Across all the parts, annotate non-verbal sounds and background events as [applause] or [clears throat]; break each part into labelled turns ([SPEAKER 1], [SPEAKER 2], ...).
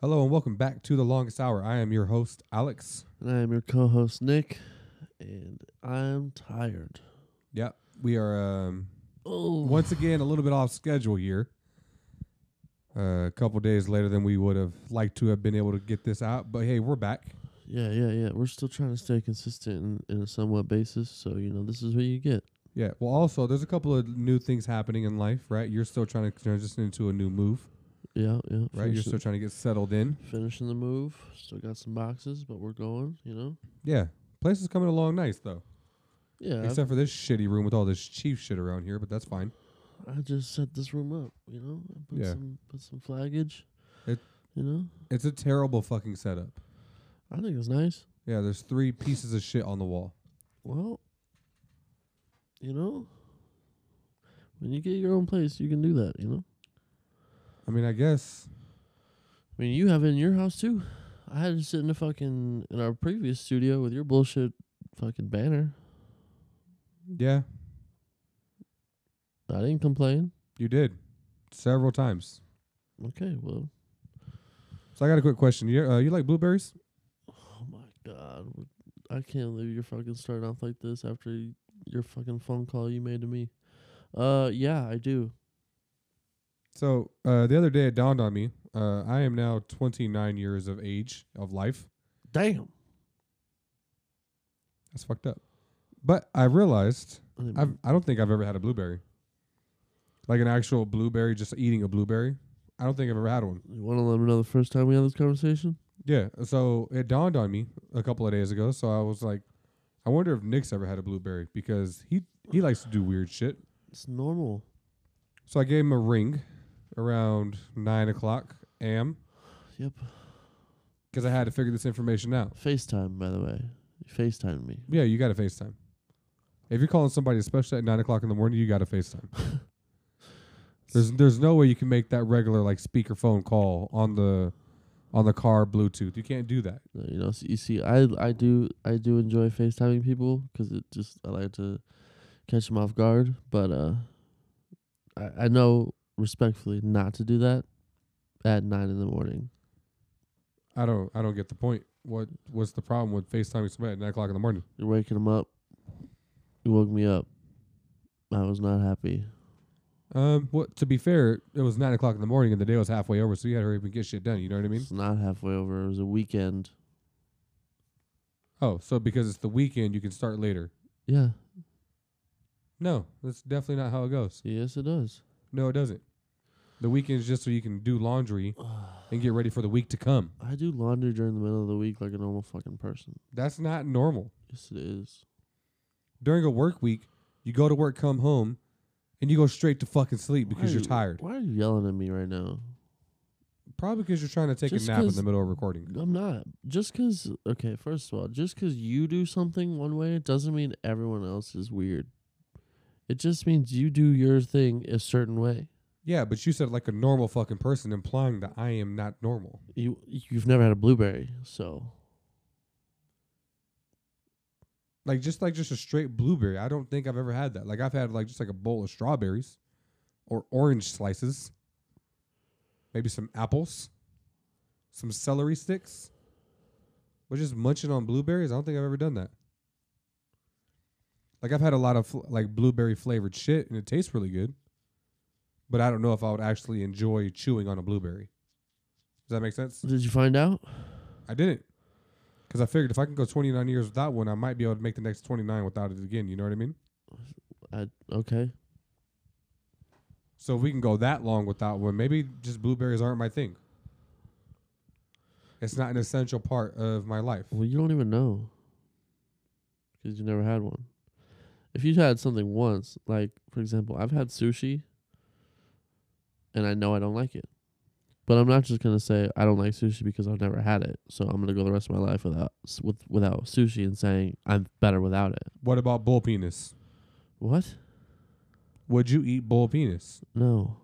[SPEAKER 1] Hello and welcome back to the longest hour. I am your host Alex.
[SPEAKER 2] And I am your co host, Nick, and I'm tired.
[SPEAKER 1] Yep, we are um,
[SPEAKER 2] Oh,
[SPEAKER 1] once again a little bit off schedule here. Uh, a couple days later than we would have liked to have been able to get this out, but hey, we're back.
[SPEAKER 2] Yeah, yeah, yeah. We're still trying to stay consistent in, in a somewhat basis, so, you know, this is what you get.
[SPEAKER 1] Yeah. Well, also there's a couple of new things happening in life, right? You're still trying to transition into a new move,
[SPEAKER 2] Yeah, yeah.
[SPEAKER 1] right? You're still trying to get settled in.
[SPEAKER 2] finishing the move. Still got some boxes, but we're going, you know?
[SPEAKER 1] Yeah. Place is coming along nice though,
[SPEAKER 2] Yeah. I've-
[SPEAKER 1] except for this shitty room with all this chief shit around here, but that's fine.
[SPEAKER 2] I just set this room up, you know? I put
[SPEAKER 1] Yeah.
[SPEAKER 2] some put some flaggage.
[SPEAKER 1] It-
[SPEAKER 2] you know?
[SPEAKER 1] It's a terrible fucking setup.
[SPEAKER 2] I think it's nice.
[SPEAKER 1] Yeah, there's three pieces of shit on the wall.
[SPEAKER 2] Well, you know, when you get your own place, you can do that, you know?
[SPEAKER 1] I mean, I guess
[SPEAKER 2] I mean, you have it in your house too. I had to sit in the fucking in our previous studio with your bullshit fucking banner.
[SPEAKER 1] Yeah,
[SPEAKER 2] I didn't complain.
[SPEAKER 1] you did several times.
[SPEAKER 2] Okay, well,
[SPEAKER 1] So I got a quick question. You uh, you like blueberries?
[SPEAKER 2] oh my god, w- I can't believe you're fucking starting off like this after y- your fucking phone call you made to me. Uh, yeah, I do.
[SPEAKER 1] So uh, the other day it dawned on me. Uh, I am now 29 years of age of life.
[SPEAKER 2] Damn.
[SPEAKER 1] That's fucked up. But I realized
[SPEAKER 2] I didn't
[SPEAKER 1] I've I don't think I've ever had a blueberry. Like an actual blueberry, just eating a blueberry. I don't think I've ever had one.
[SPEAKER 2] mean- you want to let me know the first time we had this conversation?
[SPEAKER 1] Yeah. So it dawned on me a couple of days ago. So I was like, I wonder if Nick's ever had a blueberry because he he likes to do weird shit.
[SPEAKER 2] It's normal.
[SPEAKER 1] So I gave him a ring around nine o'clock am
[SPEAKER 2] Yep.
[SPEAKER 1] because I had to figure this information out.
[SPEAKER 2] FaceTime, by the way. You FaceTime me.
[SPEAKER 1] Yeah, you got to FaceTime. If you're calling somebody, especially at nine o'clock in the morning, you got to FaceTime. there's there's no way you can make that regular like speakerphone call on the on the car Bluetooth. You can't do that.
[SPEAKER 2] Uh, You know, s you see, I I do I do enjoy FaceTiming people 'cause it just I like to catch them off guard. But uh, I I know respectfully not to do that at nine in the morning.
[SPEAKER 1] I don't I don't get the point. What what's the problem with FaceTiming somebody at nine o'clock in the morning?
[SPEAKER 2] You're waking them up. You woke me up. I was not happy.
[SPEAKER 1] Um, what to be fair, it was nine o'clock in the morning and the day was halfway over, so you had to hurry up and get shit done. You know what I mean?
[SPEAKER 2] It's not halfway over. It was a weekend.
[SPEAKER 1] Oh, so because it's the weekend, you can start later.
[SPEAKER 2] Yeah.
[SPEAKER 1] No, that's definitely not how it goes.
[SPEAKER 2] Yes, it does.
[SPEAKER 1] No, it doesn't. The weekend's just so you can do laundry and get ready for the week to come.
[SPEAKER 2] I do laundry during the middle of the week like a normal fucking person.
[SPEAKER 1] That's not normal.
[SPEAKER 2] Yes, it is.
[SPEAKER 1] During a work week, you go to work, come home, and you go straight to fucking sleep
[SPEAKER 2] Why are
[SPEAKER 1] because you're
[SPEAKER 2] you-
[SPEAKER 1] tired.
[SPEAKER 2] Why are you yelling at me right now?
[SPEAKER 1] Probably because you're trying to take
[SPEAKER 2] Just
[SPEAKER 1] a nap in
[SPEAKER 2] 'cause-
[SPEAKER 1] the middle of recording.
[SPEAKER 2] I'm not. Just 'cause okay, first of all, just 'cause you do something one way doesn't mean everyone else is weird. It just means you do your thing a certain way.
[SPEAKER 1] Yeah, but you said like a normal fucking person, implying that I am not normal.
[SPEAKER 2] You you've never had a blueberry, so
[SPEAKER 1] Like just like just a straight blueberry. I don't think I've ever had that. Like I've had like just like a bowl of strawberries or orange slices. Maybe some apples, some celery sticks. But just munching on blueberries, I don't think I've ever done that. Like I've had a lot of fl- like blueberry flavored shit and it tastes really good. But I don't know if I would actually enjoy chewing on a blueberry. Does that make sense?
[SPEAKER 2] did you find out?
[SPEAKER 1] I didn't. Because I figured if I can go 29 years without one, I might be able to make the next 29 without it again. You know what I mean?
[SPEAKER 2] I okay.
[SPEAKER 1] So if we can go that long without one, maybe just blueberries aren't my thing. It's not an essential part of my life.
[SPEAKER 2] Well, you don't even know. 'Cause you never had one. If you had something once, like for example, I've had sushi, and I know I don't like it, but I'm not just gonna say I don't like sushi because I've never had it. So I'm gonna go the rest of my life without s- with without sushi and saying I'm better without it.
[SPEAKER 1] What about bull penis?
[SPEAKER 2] What?
[SPEAKER 1] Would you eat bull penis?
[SPEAKER 2] No,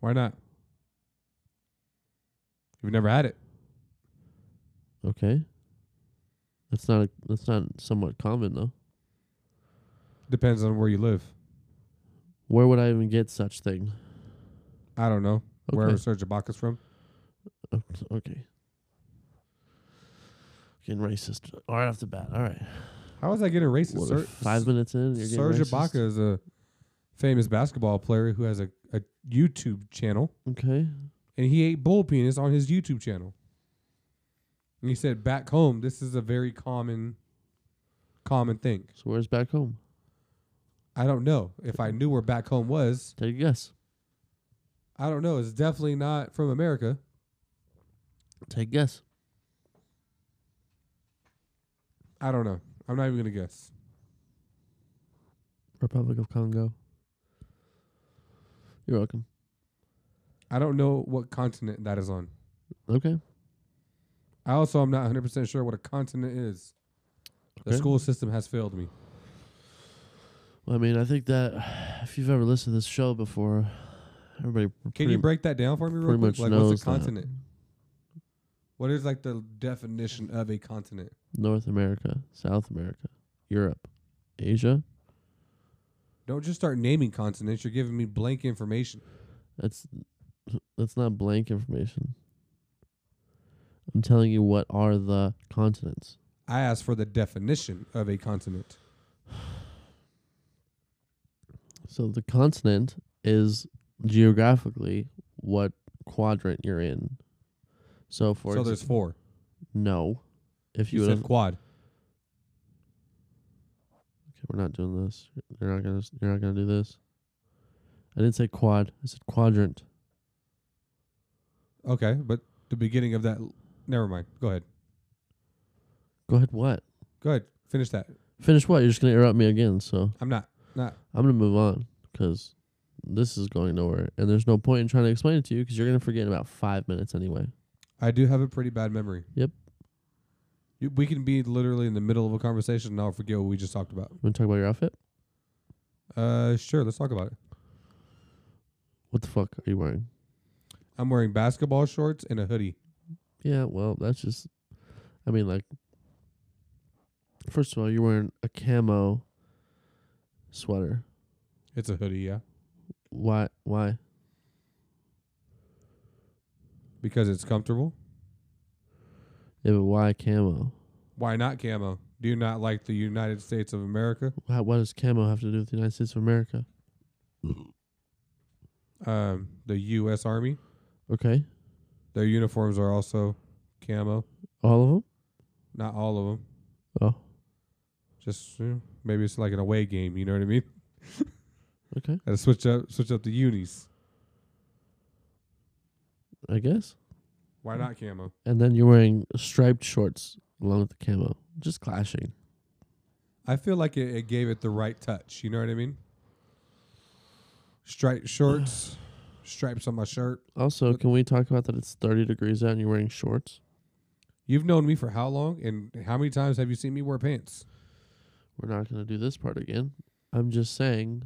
[SPEAKER 1] Why not? You've never had it.
[SPEAKER 2] okay. That's not a, that's not somewhat common though.
[SPEAKER 1] Depends on where you live.
[SPEAKER 2] Where would I even get such thing?
[SPEAKER 1] I don't know.
[SPEAKER 2] Okay.
[SPEAKER 1] Wherever Serge Ibaka's from.
[SPEAKER 2] Oh, Okay. Getting racist right off the bat. All right.
[SPEAKER 1] How is that getting racist?
[SPEAKER 2] What,
[SPEAKER 1] Ser-
[SPEAKER 2] five minutes in, you're getting
[SPEAKER 1] Serge
[SPEAKER 2] racist?
[SPEAKER 1] Ibaka is a famous basketball player who has a, a YouTube channel,
[SPEAKER 2] Okay.
[SPEAKER 1] and he ate bull penis on his YouTube channel. And he said, back home, this is a very common, common thing.
[SPEAKER 2] So where's back home?
[SPEAKER 1] I don't know if I knew where back home was.
[SPEAKER 2] Take a guess.
[SPEAKER 1] I don't know. It's definitely not from America.
[SPEAKER 2] Take a guess.
[SPEAKER 1] I don't know. I'm not even gonna guess.
[SPEAKER 2] Republic of Congo. You're welcome.
[SPEAKER 1] I don't know what continent that is on.
[SPEAKER 2] Okay.
[SPEAKER 1] I also am not 100 percent sure what a continent is. The
[SPEAKER 2] Okay.
[SPEAKER 1] school system has failed me.
[SPEAKER 2] Well, I mean, I think that [sighs] if you've ever listened to this show before, everybody
[SPEAKER 1] Can
[SPEAKER 2] pretty,
[SPEAKER 1] you break that down for me real
[SPEAKER 2] pretty
[SPEAKER 1] quick?
[SPEAKER 2] much
[SPEAKER 1] Like,
[SPEAKER 2] knows
[SPEAKER 1] what's a
[SPEAKER 2] that.
[SPEAKER 1] continent? What is like the definition of a continent?
[SPEAKER 2] North America, South America, Europe, Asia.
[SPEAKER 1] Don't just start naming continents. You're giving me blank information.
[SPEAKER 2] That's that's not blank information. I'm telling you what are the continents.
[SPEAKER 1] I asked for the definition of a continent.
[SPEAKER 2] So the continent is geographically what quadrant you're in. So for
[SPEAKER 1] so
[SPEAKER 2] exa-
[SPEAKER 1] there's four.
[SPEAKER 2] no, if you,
[SPEAKER 1] You
[SPEAKER 2] would have,
[SPEAKER 1] said quad.
[SPEAKER 2] okay, we're not doing this. You're not gonna. s- You're not gonna do this. I didn't say quad. I said quadrant.
[SPEAKER 1] Okay, but the beginning of that. Never mind. Go ahead.
[SPEAKER 2] Go ahead. What?
[SPEAKER 1] Go ahead. Finish that.
[SPEAKER 2] Finish what? You're just gonna interrupt me again. So
[SPEAKER 1] I'm not. Not.
[SPEAKER 2] I'm gonna move on because this is going nowhere, and there's no point in trying to explain it to you because you're gonna forget in about five minutes anyway.
[SPEAKER 1] I do have a pretty bad memory.
[SPEAKER 2] Yep.
[SPEAKER 1] You- We can be literally in the middle of a conversation and I'll forget what we just talked about.
[SPEAKER 2] Want to talk about your outfit?
[SPEAKER 1] Uh, sure. Let's talk about it.
[SPEAKER 2] What the fuck are you wearing?
[SPEAKER 1] I'm wearing basketball shorts and a hoodie.
[SPEAKER 2] Yeah, well, that's just. I mean, like. First of all, you're wearing a camo sweater.
[SPEAKER 1] It's a hoodie, yeah,
[SPEAKER 2] Why? Why?
[SPEAKER 1] because it's comfortable.
[SPEAKER 2] Yeah, but why camo?
[SPEAKER 1] Why not camo? Do you not like the United States of America?
[SPEAKER 2] How, what does camo have to do with the United States of America?
[SPEAKER 1] Um, the U.S. Army,
[SPEAKER 2] Okay,
[SPEAKER 1] their uniforms are also camo.
[SPEAKER 2] all of them.
[SPEAKER 1] Not all of them.
[SPEAKER 2] Oh,
[SPEAKER 1] Just you know, maybe it's like an away game. You know what I mean?
[SPEAKER 2] [laughs] Okay.
[SPEAKER 1] Gotta switch up, switch up the unis.
[SPEAKER 2] I guess.
[SPEAKER 1] Why not camo?
[SPEAKER 2] And then you're wearing striped shorts along with the camo, just clashing.
[SPEAKER 1] I feel like it, it gave it the right touch. You know what I mean? Striped shorts,
[SPEAKER 2] [sighs]
[SPEAKER 1] stripes on my shirt.
[SPEAKER 2] Also, can we talk about that? It's 30 degrees out, and you're wearing shorts.
[SPEAKER 1] You've known me for how long, and how many times have you seen me wear pants?
[SPEAKER 2] We're not gonna do this part again. I'm just saying,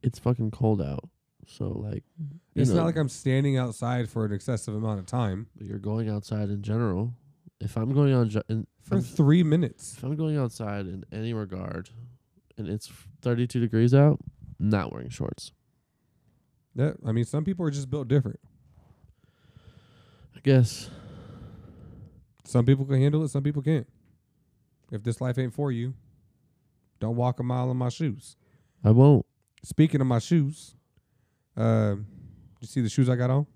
[SPEAKER 2] it's fucking cold out. So like, you
[SPEAKER 1] It's
[SPEAKER 2] know,
[SPEAKER 1] not like I'm standing outside for an excessive amount of time
[SPEAKER 2] you're going outside in general. If I'm going on, ju- in,
[SPEAKER 1] for
[SPEAKER 2] I'm-
[SPEAKER 1] three minutes.
[SPEAKER 2] if I'm going outside in any regard, and it's 32 degrees out, not wearing shorts.
[SPEAKER 1] That I mean, some people are just built different.
[SPEAKER 2] I guess.
[SPEAKER 1] Some people can handle it. Some people can't. If this life ain't for you, don't walk a mile in my shoes.
[SPEAKER 2] I won't.
[SPEAKER 1] Speaking of my shoes, uh, you see the shoes I got on.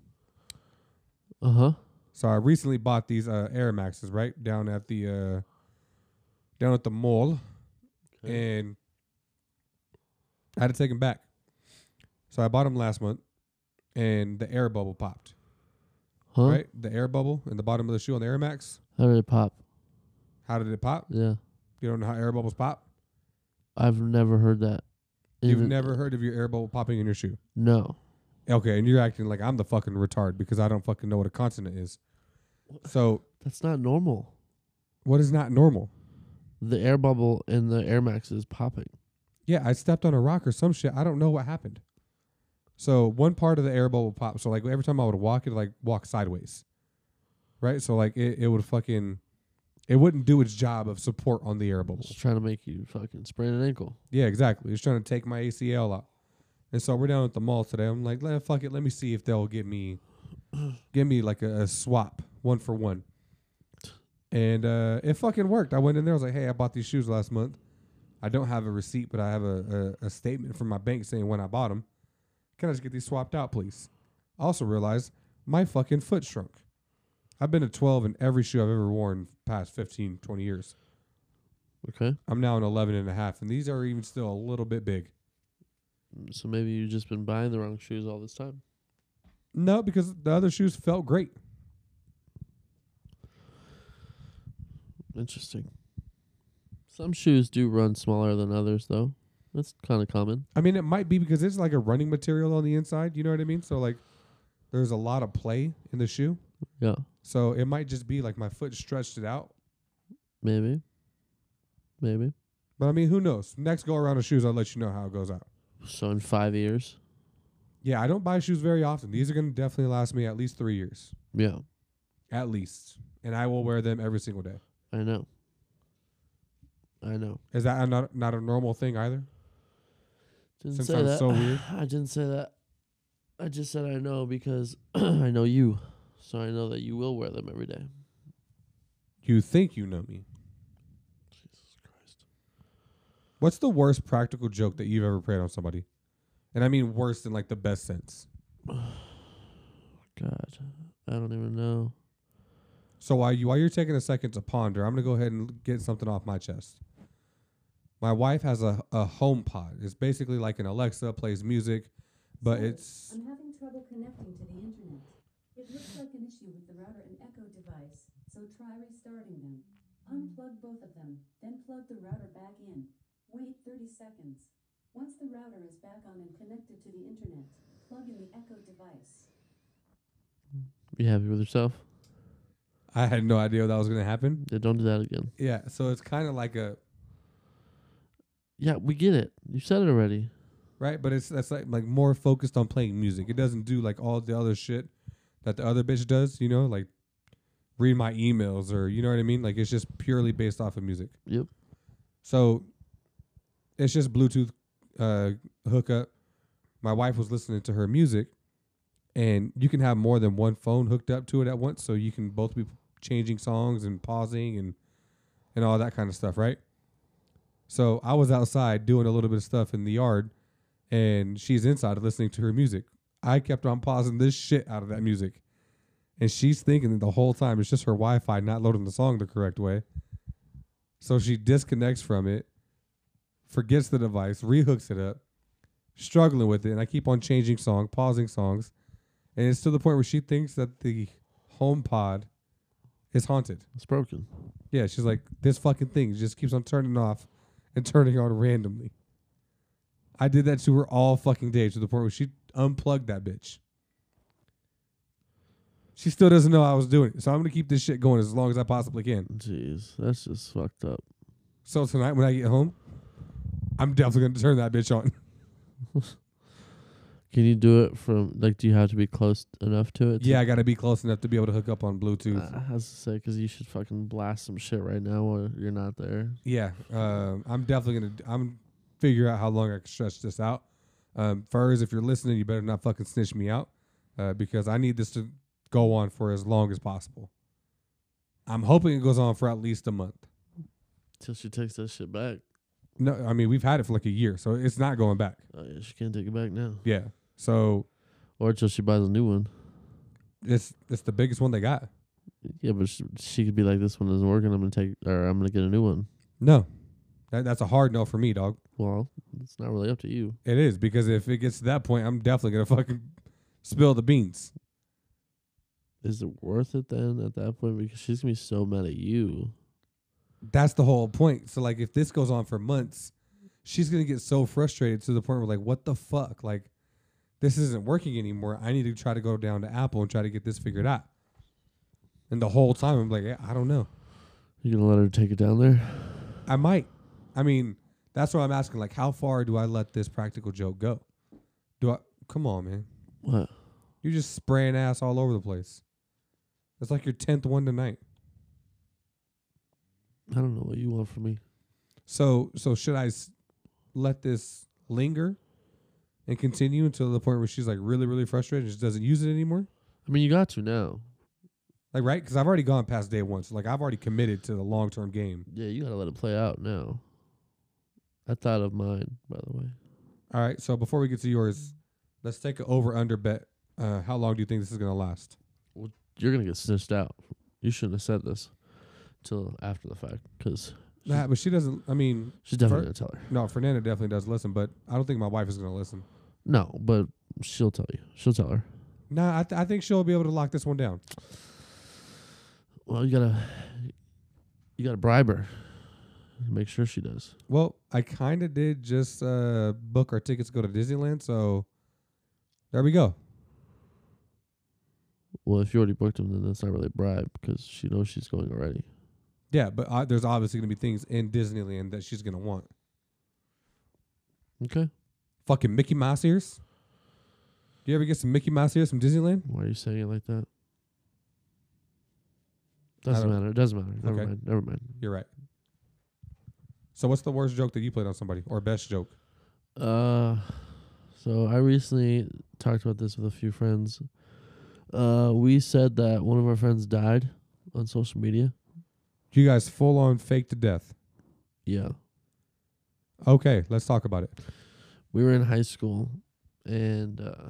[SPEAKER 2] Uh huh.
[SPEAKER 1] So I recently bought these uh, Air Maxes right down at the uh, down at the mall, and I had to take them back. So I bought them last month, and the air bubble popped.
[SPEAKER 2] Huh?
[SPEAKER 1] Right, the air bubble in the bottom of the shoe on the Air Max.
[SPEAKER 2] How did it pop?
[SPEAKER 1] How did it pop?
[SPEAKER 2] Yeah.
[SPEAKER 1] You don't know how air bubbles pop.
[SPEAKER 2] I've never heard that.
[SPEAKER 1] You've
[SPEAKER 2] Even-
[SPEAKER 1] never heard of your air bubble popping in your shoe.
[SPEAKER 2] No.
[SPEAKER 1] Okay, and you're acting like I'm the fucking retard because I don't fucking know what a continent is. So
[SPEAKER 2] That's not normal.
[SPEAKER 1] what is not normal?
[SPEAKER 2] The air bubble in the Air Max is popping.
[SPEAKER 1] Yeah, I stepped on a rock or some shit. I don't know what happened. So one part of the air bubble popped. So like every time I would walk, it like walk sideways, right? So like it, it would fucking, it wouldn't do its job of support on the air bubble.
[SPEAKER 2] It's trying to make you fucking sprain an ankle.
[SPEAKER 1] Yeah, exactly. It's trying to take my ACL out. And so we're down at the mall today. I'm like, let fuck it. Let me see [clears throat] if they'll get me, give me like a, a swap, one for one. And uh, it fucking worked. I went in there. I was like, hey, I bought these shoes last month. I don't have a receipt, but I have a, a, a statement from my bank saying when I bought them. Can I just get these swapped out, please? I also realized my fucking foot shrunk. I've been a 12 in every shoe I've ever worn past 15, 20 years.
[SPEAKER 2] Okay.
[SPEAKER 1] I'm now an 11 and a half, and these are even still a little bit big.
[SPEAKER 2] So maybe you've just been buying the wrong shoes all this time.
[SPEAKER 1] No, because the other shoes felt great.
[SPEAKER 2] Interesting. Some shoes do run smaller than others, though. That's kind of common.
[SPEAKER 1] I mean, it might be because it's like a running material on the inside. You know what I mean? So like, there's a lot of play in the shoe.
[SPEAKER 2] Yeah,
[SPEAKER 1] So it might just be like my foot stretched it out.
[SPEAKER 2] maybe. Maybe.
[SPEAKER 1] But I mean, who knows? Next go around of shoes, I'll let you know how it goes out.
[SPEAKER 2] So in five years.
[SPEAKER 1] Yeah, I don't buy shoes very often. These are gonna definitely last me at least three years,
[SPEAKER 2] Yeah,
[SPEAKER 1] at least, and I will wear them every single day.
[SPEAKER 2] I know. I know.
[SPEAKER 1] Is that a- not not a normal thing either?
[SPEAKER 2] Didn't say
[SPEAKER 1] Sometimes
[SPEAKER 2] that.
[SPEAKER 1] so weird.
[SPEAKER 2] [laughs] I didn't say that. I just said I know because [clears throat] I know you, so I know that you will wear them every day.
[SPEAKER 1] You think you know me?
[SPEAKER 2] Jesus Christ.
[SPEAKER 1] What's the worst practical joke that you've ever played on somebody? And I mean worse than like the best sense.
[SPEAKER 2] God, I don't even know.
[SPEAKER 1] So while you while you're taking a second to ponder, I'm gonna go ahead and get something off my chest. My wife has a a home pod. It's basically like an Alexa, plays music, but
[SPEAKER 3] Sorry,
[SPEAKER 1] it's
[SPEAKER 3] I'm having trouble connecting to the internet. It looks like an issue with the router and Echo device, so try restarting them. Unplug both of them, then plug the router back in. Wait 30 seconds. Once the router is back on and connected to the internet, plug in the Echo device.
[SPEAKER 2] Be happy with yourself.
[SPEAKER 1] I had no idea that was gonna happen.
[SPEAKER 2] Yeah, don't do that again.
[SPEAKER 1] Yeah, so it's kind of like a
[SPEAKER 2] Yeah, we get it. You said it already.
[SPEAKER 1] right, but it's that's like like more focused on playing music. It doesn't do like all the other shit that the other bitch does. You know, like read my emails or you know what I mean. Like it's just purely based off of music.
[SPEAKER 2] Yep.
[SPEAKER 1] So it's just Bluetooth uh, hookup. My wife was listening to her music, and you can have more than one phone hooked up to it at once, so you can both be changing songs and pausing and and all that kind of stuff, right? So I was outside doing a little bit of stuff in the yard, and she's inside listening to her music. I kept on pausing this shit out of that music, and she's thinking the whole time it's just her Wi-Fi not loading the song the correct way. So she disconnects from it, forgets the device, rehooks it up, struggling with it, and I keep on changing song, pausing songs, and it's to the point where she thinks that the home pod is haunted.
[SPEAKER 2] It's broken.
[SPEAKER 1] Yeah, she's like, this fucking thing just keeps on turning off and turning on randomly. I did that to her all fucking day to the point where she unplugged that bitch. She still doesn't know I was doing it. So I'm gonna keep this shit going as long as I possibly can.
[SPEAKER 2] Jeez, that's just fucked up.
[SPEAKER 1] So tonight when I get home, I'm definitely gonna turn that bitch on.
[SPEAKER 2] Can you do it from like? Do you have to be close enough to it? to- Ah,
[SPEAKER 1] yeah, I gotta be close enough to be able to hook up on Bluetooth.
[SPEAKER 2] I I was to say because you should fucking blast some shit right now while you're not there.
[SPEAKER 1] Yeah, um, I'm definitely gonna. I'm figure out how long I can stretch this out. Um, Furs, if you're listening, you better not fucking snitch me out uh, because I need this to go on for as long as possible. I'm hoping it goes on for at least a month.
[SPEAKER 2] Till she takes that shit back.
[SPEAKER 1] No, I mean we've had it for like a year, so it's not going back.
[SPEAKER 2] Oh yeah, she can't take it back now.
[SPEAKER 1] Yeah, so
[SPEAKER 2] Or till she buys a new one.
[SPEAKER 1] it's it's the biggest one they got.
[SPEAKER 2] Yeah, but she, she could be like, this one isn't working. I'm gonna take, or I'm gonna get a new one.
[SPEAKER 1] No, that, that's a hard no for me, dog.
[SPEAKER 2] Well, it's not really up to you.
[SPEAKER 1] It is because if it gets to that point, I'm definitely gonna [laughs] fucking spill the beans.
[SPEAKER 2] Is it worth it then at that point? Because she's gonna be so mad at you.
[SPEAKER 1] that's the whole point. So like if this goes on for months, she's gonna get so frustrated to the point where like, what the fuck? Like this isn't working anymore. I need to try to go down to Apple and try to get this figured out. And the whole time I'm like, yeah, I don't know.
[SPEAKER 2] You gonna let her take it down there?
[SPEAKER 1] I might. I mean, that's what I'm asking. Like, how far do I let this practical joke go? Do I come on, man?
[SPEAKER 2] What?
[SPEAKER 1] You're just spraying ass all over the place. It's like your tenth one tonight.
[SPEAKER 2] I don't know what you want from me.
[SPEAKER 1] So so should I s- let this linger and continue until the point where she's like really really frustrated and just doesn't use it anymore?
[SPEAKER 2] I mean, you got to now.
[SPEAKER 1] Like right? Because I've already gone past day one, so like I've already committed to the long term game.
[SPEAKER 2] Yeah, you gotta let it play out now. I thought of mine, by the way.
[SPEAKER 1] All right. So before we get to yours, let's take an over under bet. Uh, how long do you think this is gonna last?
[SPEAKER 2] You're gonna get snitched out. You shouldn't have said this till after the fact, because
[SPEAKER 1] Nah, but she doesn't. I mean,
[SPEAKER 2] she's definitely
[SPEAKER 1] Fer-
[SPEAKER 2] gonna tell her.
[SPEAKER 1] no, Fernanda definitely does listen, but I don't think my wife is gonna listen.
[SPEAKER 2] No, but she'll tell you. She'll tell her.
[SPEAKER 1] Nah, I, th- I think she'll be able to lock this one down.
[SPEAKER 2] Well, you gotta, you gotta bribe her. Make sure she does.
[SPEAKER 1] Well, I kind of did just uh, book our tickets to go to Disneyland, so there we go.
[SPEAKER 2] Well, if you already booked them, then that's not really a bribe because she knows she's going already.
[SPEAKER 1] Yeah, but uh, there's obviously gonna be things in Disneyland that she's gonna want.
[SPEAKER 2] Okay.
[SPEAKER 1] Fucking Mickey Mouse ears. Do you ever get some Mickey Mouse ears from Disneyland?
[SPEAKER 2] Why are you saying it like that? Doesn't
[SPEAKER 1] don't-
[SPEAKER 2] matter. It doesn't matter. Never
[SPEAKER 1] Okay.
[SPEAKER 2] mind. Never mind.
[SPEAKER 1] You're right. So what's the worst joke that you played on somebody, or best joke?
[SPEAKER 2] Uh, so I recently talked about this with a few friends. Uh, we said that one of our friends died on social media.
[SPEAKER 1] You guys full on fake to death.
[SPEAKER 2] Yeah.
[SPEAKER 1] Okay, let's talk about it.
[SPEAKER 2] we were in high school and uh,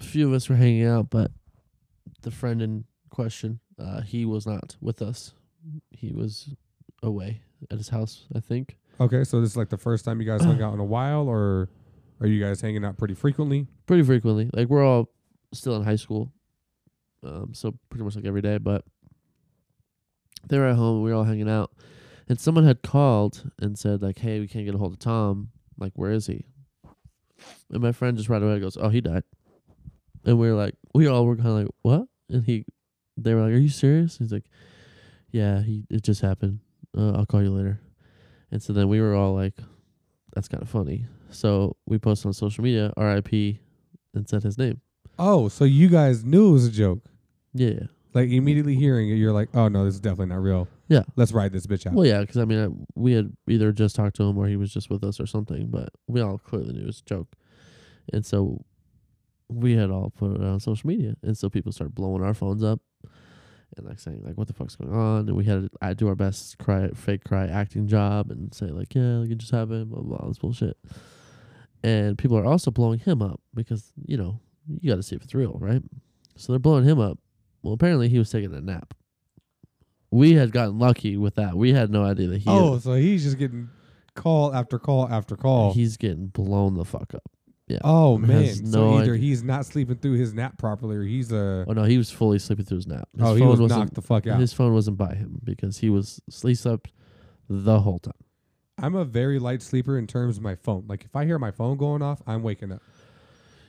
[SPEAKER 2] a few of us were hanging out, but the friend in question, uh, he was not with us. He was away at his house, I think.
[SPEAKER 1] Okay, so this is like the first time you guys hung out in a while, or are you guys hanging out pretty frequently?
[SPEAKER 2] pretty frequently. Like we're all still in high school, um, so pretty much like every day. But they were at home. We were all hanging out, and someone had called and said like, "Hey, we can't get a hold of Tom. Like, where is he?" And my friend just right away goes, "Oh, he died." And we were like, we all were kind of like, "What?" And he, they were like, "Are you serious?" he's like, "Yeah, he it just happened. Uh, I'll call you later." And so then we were all like, "That's kind of funny." So we posted on social media, "R.I.P and said his name.
[SPEAKER 1] Oh, so you guys knew it was a joke.
[SPEAKER 2] Yeah. yeah.
[SPEAKER 1] Like immediately hearing it, you're like, oh no, this is definitely not real.
[SPEAKER 2] Yeah.
[SPEAKER 1] Let's ride this bitch out.
[SPEAKER 2] Well, yeah, because I mean, I, we had either just talked to him or he was just with us or something, but we all clearly knew it was a joke. And so we had all put it on social media. And so people started blowing our phones up and like saying, like, what the fuck's going on? And we had to I do our best cry, fake cry acting job and say, like, yeah, like it just happened, blah, blah, blah, this bullshit. And people are also blowing him up because, you know, you got to see if it's real, right? So they're blowing him up. Well, apparently he was taking a nap. We had gotten lucky with that. We had no idea that he
[SPEAKER 1] oh, so he's just getting call after call after call.
[SPEAKER 2] he's getting blown the fuck up.
[SPEAKER 1] oh man.
[SPEAKER 2] has
[SPEAKER 1] so
[SPEAKER 2] no
[SPEAKER 1] either
[SPEAKER 2] idea.
[SPEAKER 1] he's not sleeping through his nap properly, or he's a
[SPEAKER 2] Oh no, he was fully sleeping through his nap. His
[SPEAKER 1] oh he was knocked the fuck out.
[SPEAKER 2] His phone wasn't by him because he was he slept the whole time.
[SPEAKER 1] I'm a very light sleeper in terms of my phone. Like if I hear my phone going off, I'm waking up.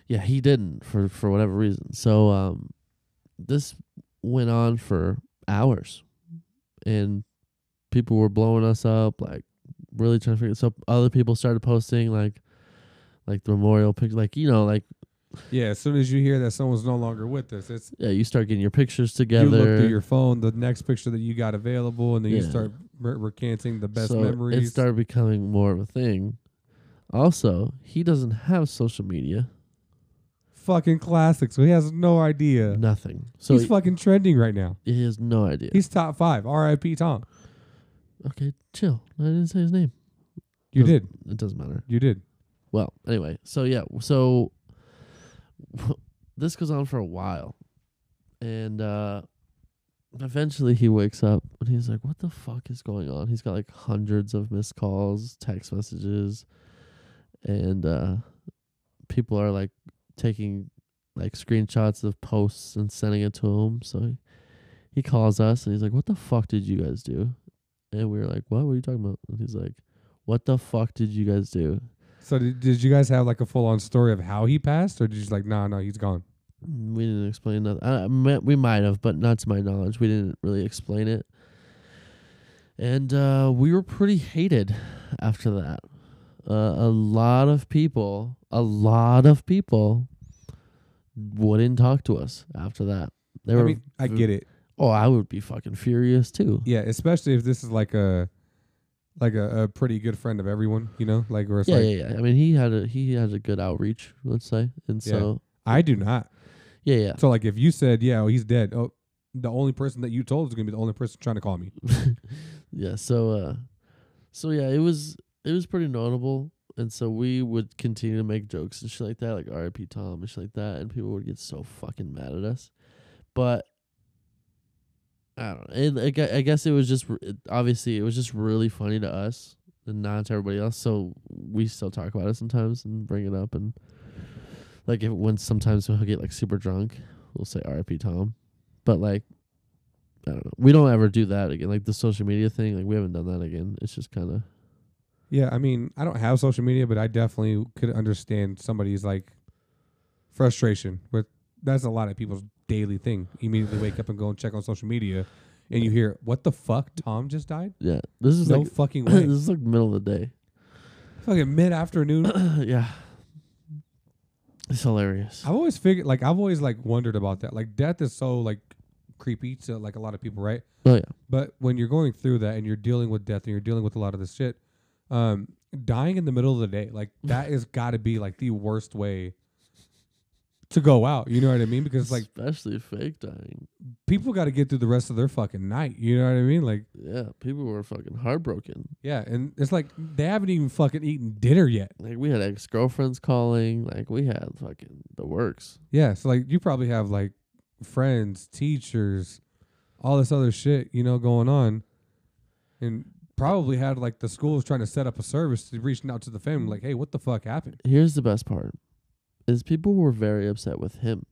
[SPEAKER 2] Yeah, he didn't for for whatever reason. So um, this went on for hours, and people were blowing us up, like really trying to figure. So other people started posting like, like the memorial picture, like you know, like
[SPEAKER 1] Yeah, as soon as you hear that someone's no longer with us, it's
[SPEAKER 2] yeah, you start getting your pictures
[SPEAKER 1] you
[SPEAKER 2] together.
[SPEAKER 1] look through your phone, the next picture that you got available, and then you
[SPEAKER 2] Yeah.
[SPEAKER 1] start re- recanting the best
[SPEAKER 2] so
[SPEAKER 1] memories.
[SPEAKER 2] It started becoming more of a thing. Also, he doesn't have social media.
[SPEAKER 1] fucking classic. So he has no idea.
[SPEAKER 2] Nothing. So
[SPEAKER 1] he's
[SPEAKER 2] he,
[SPEAKER 1] fucking trending right now.
[SPEAKER 2] he has no idea.
[SPEAKER 1] He's top five. R.I.P. Tom.
[SPEAKER 2] okay, chill. I didn't say his name.
[SPEAKER 1] You
[SPEAKER 2] Doesn't-
[SPEAKER 1] did.
[SPEAKER 2] It doesn't matter.
[SPEAKER 1] You did.
[SPEAKER 2] Well, anyway, so yeah, so [laughs] this goes on for a while, and uh eventually he wakes up and he's like, "What the fuck is going on?" He's got like hundreds of missed calls, text messages, and uh people are like taking like screenshots of posts and sending it to him. So he, he calls us and he's like, "What the fuck did you guys do?" And we were like, "What? What are you talking about?" And he's like, "What the fuck did you guys do?"
[SPEAKER 1] So did, did you guys have like a full on story of how he passed, or did you just like, nah, nah, he's gone?
[SPEAKER 2] We didn't explain that. I, I meant- we might have, but not to my knowledge. We didn't really explain it. And uh, we were pretty hated after that. Uh, a lot of people, a lot of people wouldn't talk to us after that. They
[SPEAKER 1] I
[SPEAKER 2] were,
[SPEAKER 1] mean, I get it.
[SPEAKER 2] oh, I would be fucking furious too.
[SPEAKER 1] Yeah, especially if this is like a like a, a pretty good friend of everyone, you know, like where it's
[SPEAKER 2] Yeah,
[SPEAKER 1] like
[SPEAKER 2] yeah, yeah. I mean, he had a he had a good outreach, let's say, and
[SPEAKER 1] Yeah.
[SPEAKER 2] so
[SPEAKER 1] I do not.
[SPEAKER 2] Yeah, yeah.
[SPEAKER 1] So like if you said, yeah, oh, he's dead, oh, the only person that you told is gonna be the only person trying to call me.
[SPEAKER 2] [laughs] yeah so uh so yeah it was it was pretty notable and so we would continue to make jokes and shit like that like rip tom and shit like that and people would get so fucking mad at us but i don't know it, I gue- i guess it was just r- it, obviously it was just really funny to us and not to everybody else so we still talk about it sometimes and bring it up and like if when sometimes we'll get like super drunk we'll say rip tom but like I don't know. We don't ever do that again. Like the social media thing, like we haven't done that again. It's just kind of
[SPEAKER 1] Yeah, I mean, I don't have social media, but I definitely could understand somebody's like frustration. But that's a lot of people's daily thing. Immediately wake up and go and check on social media, and you hear, "What the fuck? Tom just died?
[SPEAKER 2] yeah. This is
[SPEAKER 1] No
[SPEAKER 2] like
[SPEAKER 1] fucking
[SPEAKER 2] [laughs] this
[SPEAKER 1] way!
[SPEAKER 2] is like middle of the day. [sighs]
[SPEAKER 1] fucking mid afternoon."
[SPEAKER 2] yeah, it's hilarious.
[SPEAKER 1] I've always figured, like, I've always like wondered about that. Like, death is so like creepy to like a lot of people, right?
[SPEAKER 2] Oh yeah,
[SPEAKER 1] But when you're going through that and you're dealing with death and you're dealing with a lot of this shit, um, dying in the middle of the day, like that has got to be like the worst way to go out. You know what I mean? Because like
[SPEAKER 2] especially fake dying.
[SPEAKER 1] people got to get through the rest of their fucking night. You know what I mean? Like,
[SPEAKER 2] Yeah, people were fucking heartbroken.
[SPEAKER 1] yeah, and it's like they haven't even fucking eaten dinner yet.
[SPEAKER 2] Like we had ex girlfriends calling. Like we had fucking the works.
[SPEAKER 1] Yeah, so like you probably have like friends, teachers, all this other shit, you know, going on, and probably had like the schools trying to set up a service to reaching out to the family, like, hey, what the fuck happened
[SPEAKER 2] Here's the best part: is people were very upset with him.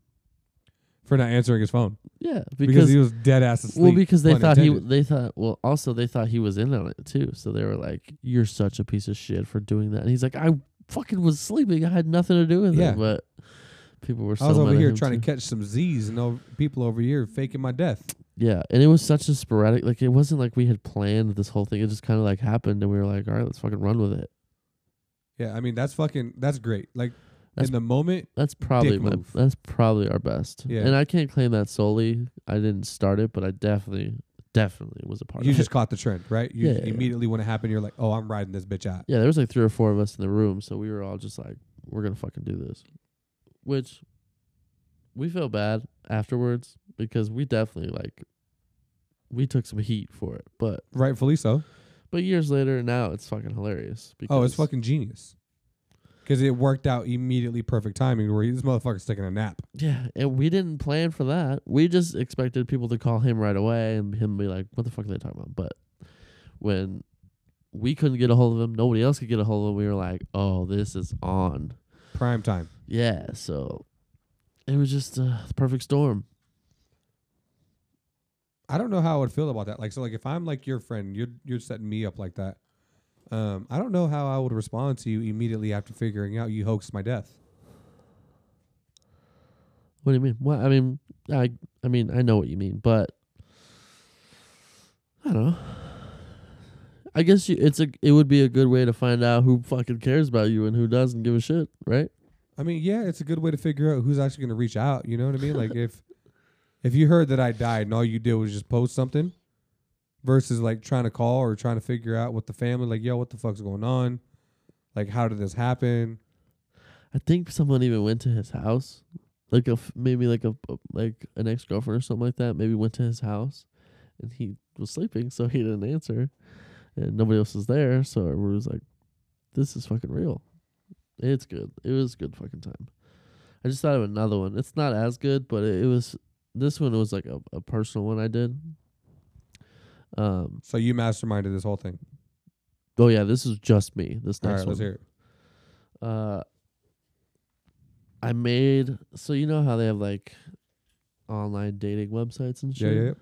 [SPEAKER 1] for not answering his phone
[SPEAKER 2] Yeah,
[SPEAKER 1] because,
[SPEAKER 2] because
[SPEAKER 1] he was dead ass asleep.
[SPEAKER 2] Well, because they
[SPEAKER 1] pun
[SPEAKER 2] thought he
[SPEAKER 1] intended.
[SPEAKER 2] they thought well also they thought he was in on it too. So they were like, "You're such a piece of shit for doing that." And he's like, "I fucking was sleeping. I had nothing to do with
[SPEAKER 1] Yeah.
[SPEAKER 2] it." But people were so
[SPEAKER 1] I was
[SPEAKER 2] mad
[SPEAKER 1] over
[SPEAKER 2] at
[SPEAKER 1] here
[SPEAKER 2] him,
[SPEAKER 1] trying
[SPEAKER 2] too.
[SPEAKER 1] to catch some Z's, and all people over here faking my death.
[SPEAKER 2] yeah, and it was such a sporadic. Like it wasn't like we had planned this whole thing. It just kind of like happened, and we were like, "All right, let's fucking run with it."
[SPEAKER 1] Yeah, I mean that's fucking that's great. Like
[SPEAKER 2] That's-
[SPEAKER 1] in the moment,
[SPEAKER 2] That's probably my,
[SPEAKER 1] move.
[SPEAKER 2] that's probably our best.
[SPEAKER 1] Yeah.
[SPEAKER 2] And I can't claim that solely. I didn't start it, but I definitely definitely was a part
[SPEAKER 1] you
[SPEAKER 2] of it.
[SPEAKER 1] just caught the trend, right? You
[SPEAKER 2] Yeah, yeah, yeah.
[SPEAKER 1] immediately when it happened, you're like, oh, I'm riding this bitch out.
[SPEAKER 2] Yeah, there was like three or four of us in the room, so we were all just like, "We're gonna fucking do this," which we felt bad afterwards because we definitely like we took some heat for it, but
[SPEAKER 1] Rightfully so.
[SPEAKER 2] but years later now it's fucking hilarious. Because
[SPEAKER 1] Oh, it's fucking genius. Because it worked out immediately perfect timing where this motherfucker's taking a nap.
[SPEAKER 2] yeah, and we didn't plan for that. We just expected people to call him right away and him be like, "What the fuck are they talking about?" But when we couldn't get a hold of him, nobody else could get a hold of him. We were like, "Oh, this is on."
[SPEAKER 1] Prime time.
[SPEAKER 2] Yeah, so it was just uh, the perfect storm.
[SPEAKER 1] I don't know how I would feel about that. Like so like if I'm like your friend, you're you're setting me up like that. Um, I don't know how I would respond to you immediately after figuring out you hoaxed my death.
[SPEAKER 2] What do you mean? Well, I mean, I I mean, I know what you mean, but I don't know. I guess you, it's a it would be a good way to find out who fucking cares about you and who doesn't give a shit, right?
[SPEAKER 1] I mean, yeah, it's a good way to figure out who's actually gonna reach out, you know what I mean? Like if if you heard that I died and all you did was just post something versus like trying to call or trying to figure out with the family, like, yo, what the fuck's going on? Like how did this happen?
[SPEAKER 2] I think someone even went to his house, like a f- maybe like a a- like an ex girlfriend or something like that. Maybe went to his house, and he was sleeping, so he didn't answer, and nobody else was there. So everyone was like, "This is fucking real." It's good. It was a good fucking time. I just thought of another one. It's not as good, but it, it was this one was like a, a personal one I did. Um.
[SPEAKER 1] So you masterminded this whole thing.
[SPEAKER 2] Oh yeah, this is just me. This
[SPEAKER 1] All
[SPEAKER 2] next
[SPEAKER 1] right,
[SPEAKER 2] one.
[SPEAKER 1] let's hear it.
[SPEAKER 2] uh I made so you know how they have like online dating websites and
[SPEAKER 1] Yeah,
[SPEAKER 2] shit.
[SPEAKER 1] yeah, yeah.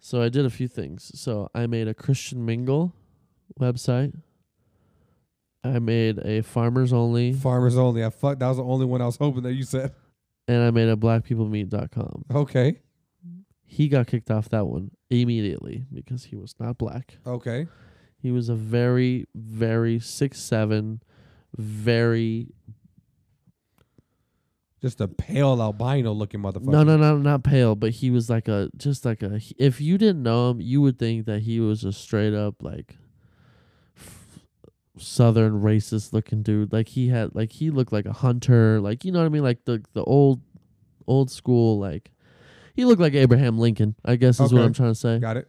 [SPEAKER 2] So I did a few things. So I made a Christian Mingle website. I made a farmers only
[SPEAKER 1] Farmers only. I fuck. That was the only one I was hoping that you said. [laughs]
[SPEAKER 2] and I made a blackpeoplemeet.com.
[SPEAKER 1] Okay.
[SPEAKER 2] He got kicked off that one immediately because he was not black.
[SPEAKER 1] Okay.
[SPEAKER 2] He was a very, very six seven, very
[SPEAKER 1] Just a pale albino looking motherfucker.
[SPEAKER 2] No, no, no, not pale, but he was like a just like a. he- If you didn't know him, you would think that he was a straight up like f- southern racist looking dude. Like he had like he looked like a hunter, like you know what I mean, like the the old old school like he looked like Abraham Lincoln, I guess is what
[SPEAKER 1] Okay.
[SPEAKER 2] I'm trying to say.
[SPEAKER 1] Got it.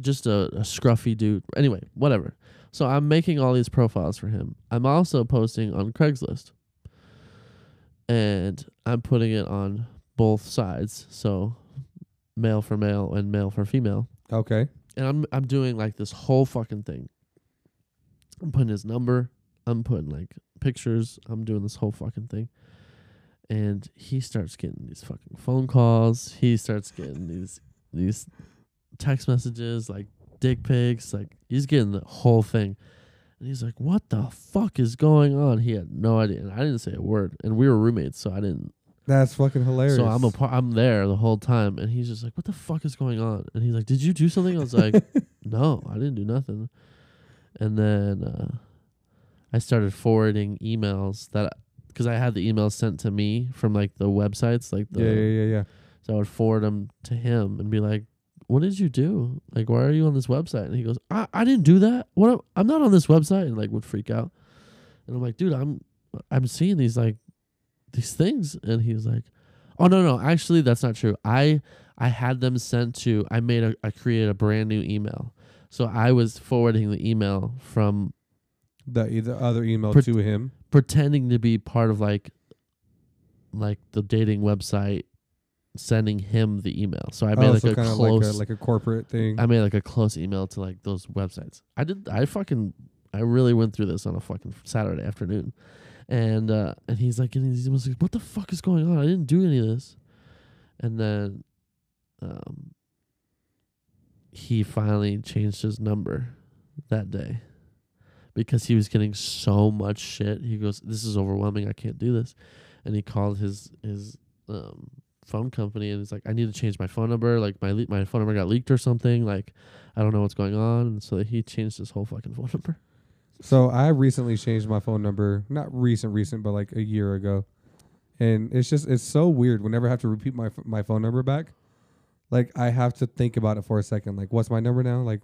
[SPEAKER 2] Just a, a scruffy dude. Anyway, whatever. So I'm making all these profiles for him. I'm also posting on Craigslist. And I'm putting it on both sides. So male for male and male for female
[SPEAKER 1] Okay.
[SPEAKER 2] and I'm I'm doing like this whole fucking thing. I'm putting his number. I'm putting like pictures. I'm doing this whole fucking thing. And he starts getting these fucking phone calls. He starts getting these these text messages, like dick pics. Like he's getting the whole thing. And he's like, "What the fuck is going on?" He had no idea, and I didn't say a word. And we were roommates, so I didn't
[SPEAKER 1] That's fucking hilarious.
[SPEAKER 2] so I'm a par- I'm there the whole time, and he's just like, "What the fuck is going on?" And he's like, "Did you do something?" I
[SPEAKER 1] [laughs]
[SPEAKER 2] was like, "No, I didn't do nothing." And then uh, I started forwarding emails that because I had the emails sent to me from like the websites, like the
[SPEAKER 1] yeah, yeah, yeah, yeah.
[SPEAKER 2] so I would forward them to him and be like, "What did you do? Like, why are you on this website?" And he goes, "I, I didn't do that. What? am- I'm not on this website." And like would freak out. And I'm like, "Dude, I'm I'm seeing these like these things." And he's like, "Oh no no, actually that's not true. I I had them sent to. I made a I created a brand new email. So I was forwarding the email from
[SPEAKER 1] The, e- the other email
[SPEAKER 2] Pret-
[SPEAKER 1] to him.
[SPEAKER 2] pretending to be part of like like the dating website." Sending him the email, so I made
[SPEAKER 1] oh,
[SPEAKER 2] like
[SPEAKER 1] so
[SPEAKER 2] a
[SPEAKER 1] kind of
[SPEAKER 2] close,
[SPEAKER 1] like a like a corporate thing.
[SPEAKER 2] I made like a close email to like those websites. I did. I fucking. I really went through this on a fucking Saturday afternoon, and uh, and he's like, and he's almost like, what the fuck is going on? I didn't do any of this, and then, um, he finally changed his number that day because he was getting so much shit. He goes, this is overwhelming. I can't do this, and he called his his um phone company and it's like, I need to change my phone number. Like my le- my phone number got leaked or something. Like I don't know what's going on. And so he changed his whole fucking phone [laughs] number.
[SPEAKER 1] So I recently changed my phone number. Not recent, recent, but like a year ago. And it's just it's so weird. Whenever I have to repeat my f- my phone number back, like I have to think about it for a second. Like, what's my number now? Like,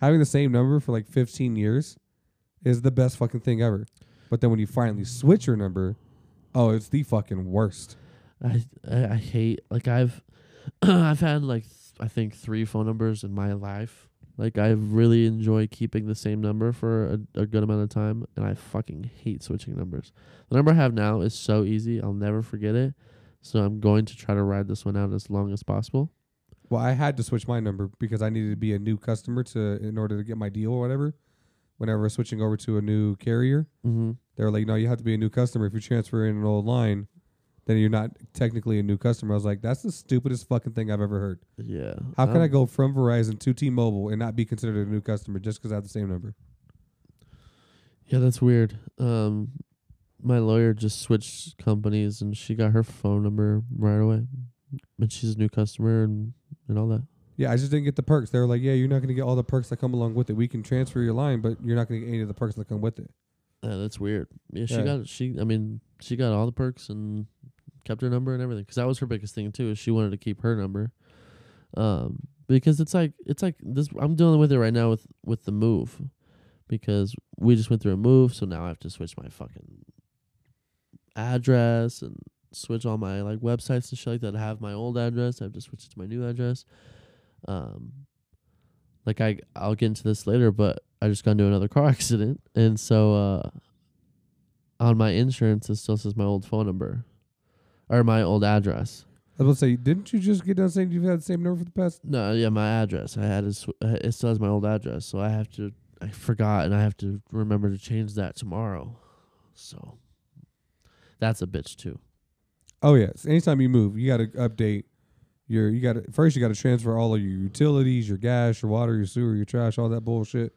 [SPEAKER 1] having the same number for like 15 years is the best fucking thing ever. But then when you finally switch your number, oh, it's the fucking worst.
[SPEAKER 2] I I, I hate like I've [clears throat] I've had like th- I think three phone numbers in my life. Like I really enjoy keeping the same number for a, a good amount of time, and I fucking hate switching numbers. The number I have now is so easy; I'll never forget it. So I'm going to try to ride this one out as long as possible.
[SPEAKER 1] Well, I had to switch my number because I needed to be a new customer to in order to get my deal or whatever. Whenever switching over to a new carrier,
[SPEAKER 2] Mm-hmm.
[SPEAKER 1] they were like, no, you have to be a new customer. If you transfer in an old line, then you're not technically a new customer. I was like, that's the stupidest fucking thing I've ever heard.
[SPEAKER 2] Yeah. Um,
[SPEAKER 1] How can
[SPEAKER 2] I'm-
[SPEAKER 1] I go from Verizon to T-Mobile and not be considered a new customer just because I have the same number?
[SPEAKER 2] Yeah, that's weird. Um, my lawyer just switched companies, and she got her phone number right away, and she's a new customer and and all that.
[SPEAKER 1] Yeah, I just didn't get the perks. They were like, yeah, you're not going to get all the perks that come along with it. We can transfer your line, but you're not going to get any of the perks that come with it.
[SPEAKER 2] Yeah, that's weird. Yeah, she
[SPEAKER 1] Yeah.
[SPEAKER 2] got she. I mean, she got all the perks and kept her number and everything. Because that was her biggest thing too. Is she wanted to keep her number. Um, because it's like it's like this. I'm dealing with it right now with with the move, because we just went through a move. So now I have to switch my fucking address and switch all my like websites and shit like that. I have my old address. I have to switch it to my new address. Um, like I I'll get into this later, but I just got into another car [laughs] accident, and so uh, on my insurance it still says my old phone number or my old address.
[SPEAKER 1] I was going to say, didn't you just get done saying you've had the same number for the past?
[SPEAKER 2] No, yeah, my address. I had to sw- uh, it still has my old address, so I have to. I forgot, and I have to remember to change that tomorrow. So that's a bitch too.
[SPEAKER 1] Oh, yes. Anytime you move, you got to update your, you got to, first you got to transfer all of your utilities, your gas, your water, your sewer, your trash, all that bullshit.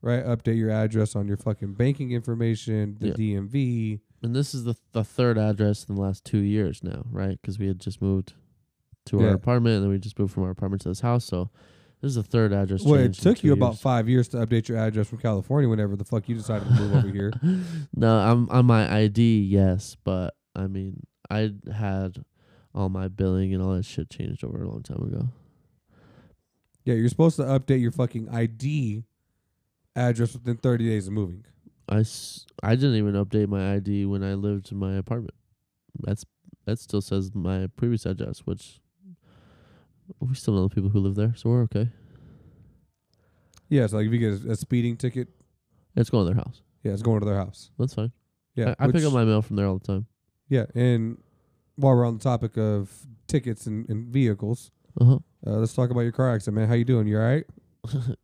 [SPEAKER 1] Right? Update your address on your fucking banking information, the
[SPEAKER 2] Yeah.
[SPEAKER 1] DMV.
[SPEAKER 2] And this is the the third address in the last two years now, right? Because we had just moved to
[SPEAKER 1] Yeah.
[SPEAKER 2] our apartment, and then we just moved from our apartment to this house. So this is the third address.
[SPEAKER 1] Well, it
[SPEAKER 2] change in
[SPEAKER 1] took
[SPEAKER 2] two
[SPEAKER 1] you about
[SPEAKER 2] years.
[SPEAKER 1] five years to update your address from California whenever the fuck you decided to move over
[SPEAKER 2] [laughs]
[SPEAKER 1] here.
[SPEAKER 2] No, I'm on my ID, yes, but I mean, I had all my billing and all that shit changed over a long time ago.
[SPEAKER 1] Yeah, you're supposed to update your fucking ID address within 30 days of moving.
[SPEAKER 2] I, s- I didn't even update my ID when I lived in my apartment. That's That still says my previous address, which we still know the people who live there, so we're okay.
[SPEAKER 1] Yeah, so like if you get a, a speeding ticket,
[SPEAKER 2] It's going to their house.
[SPEAKER 1] yeah, it's going to their house.
[SPEAKER 2] That's fine.
[SPEAKER 1] Yeah,
[SPEAKER 2] I, I pick
[SPEAKER 1] which-
[SPEAKER 2] up my mail from there all the time.
[SPEAKER 1] Yeah, and while we're on the topic of tickets and, and vehicles,
[SPEAKER 2] Uh huh.
[SPEAKER 1] uh, let's talk about your car accident, man. How you doing? You all right?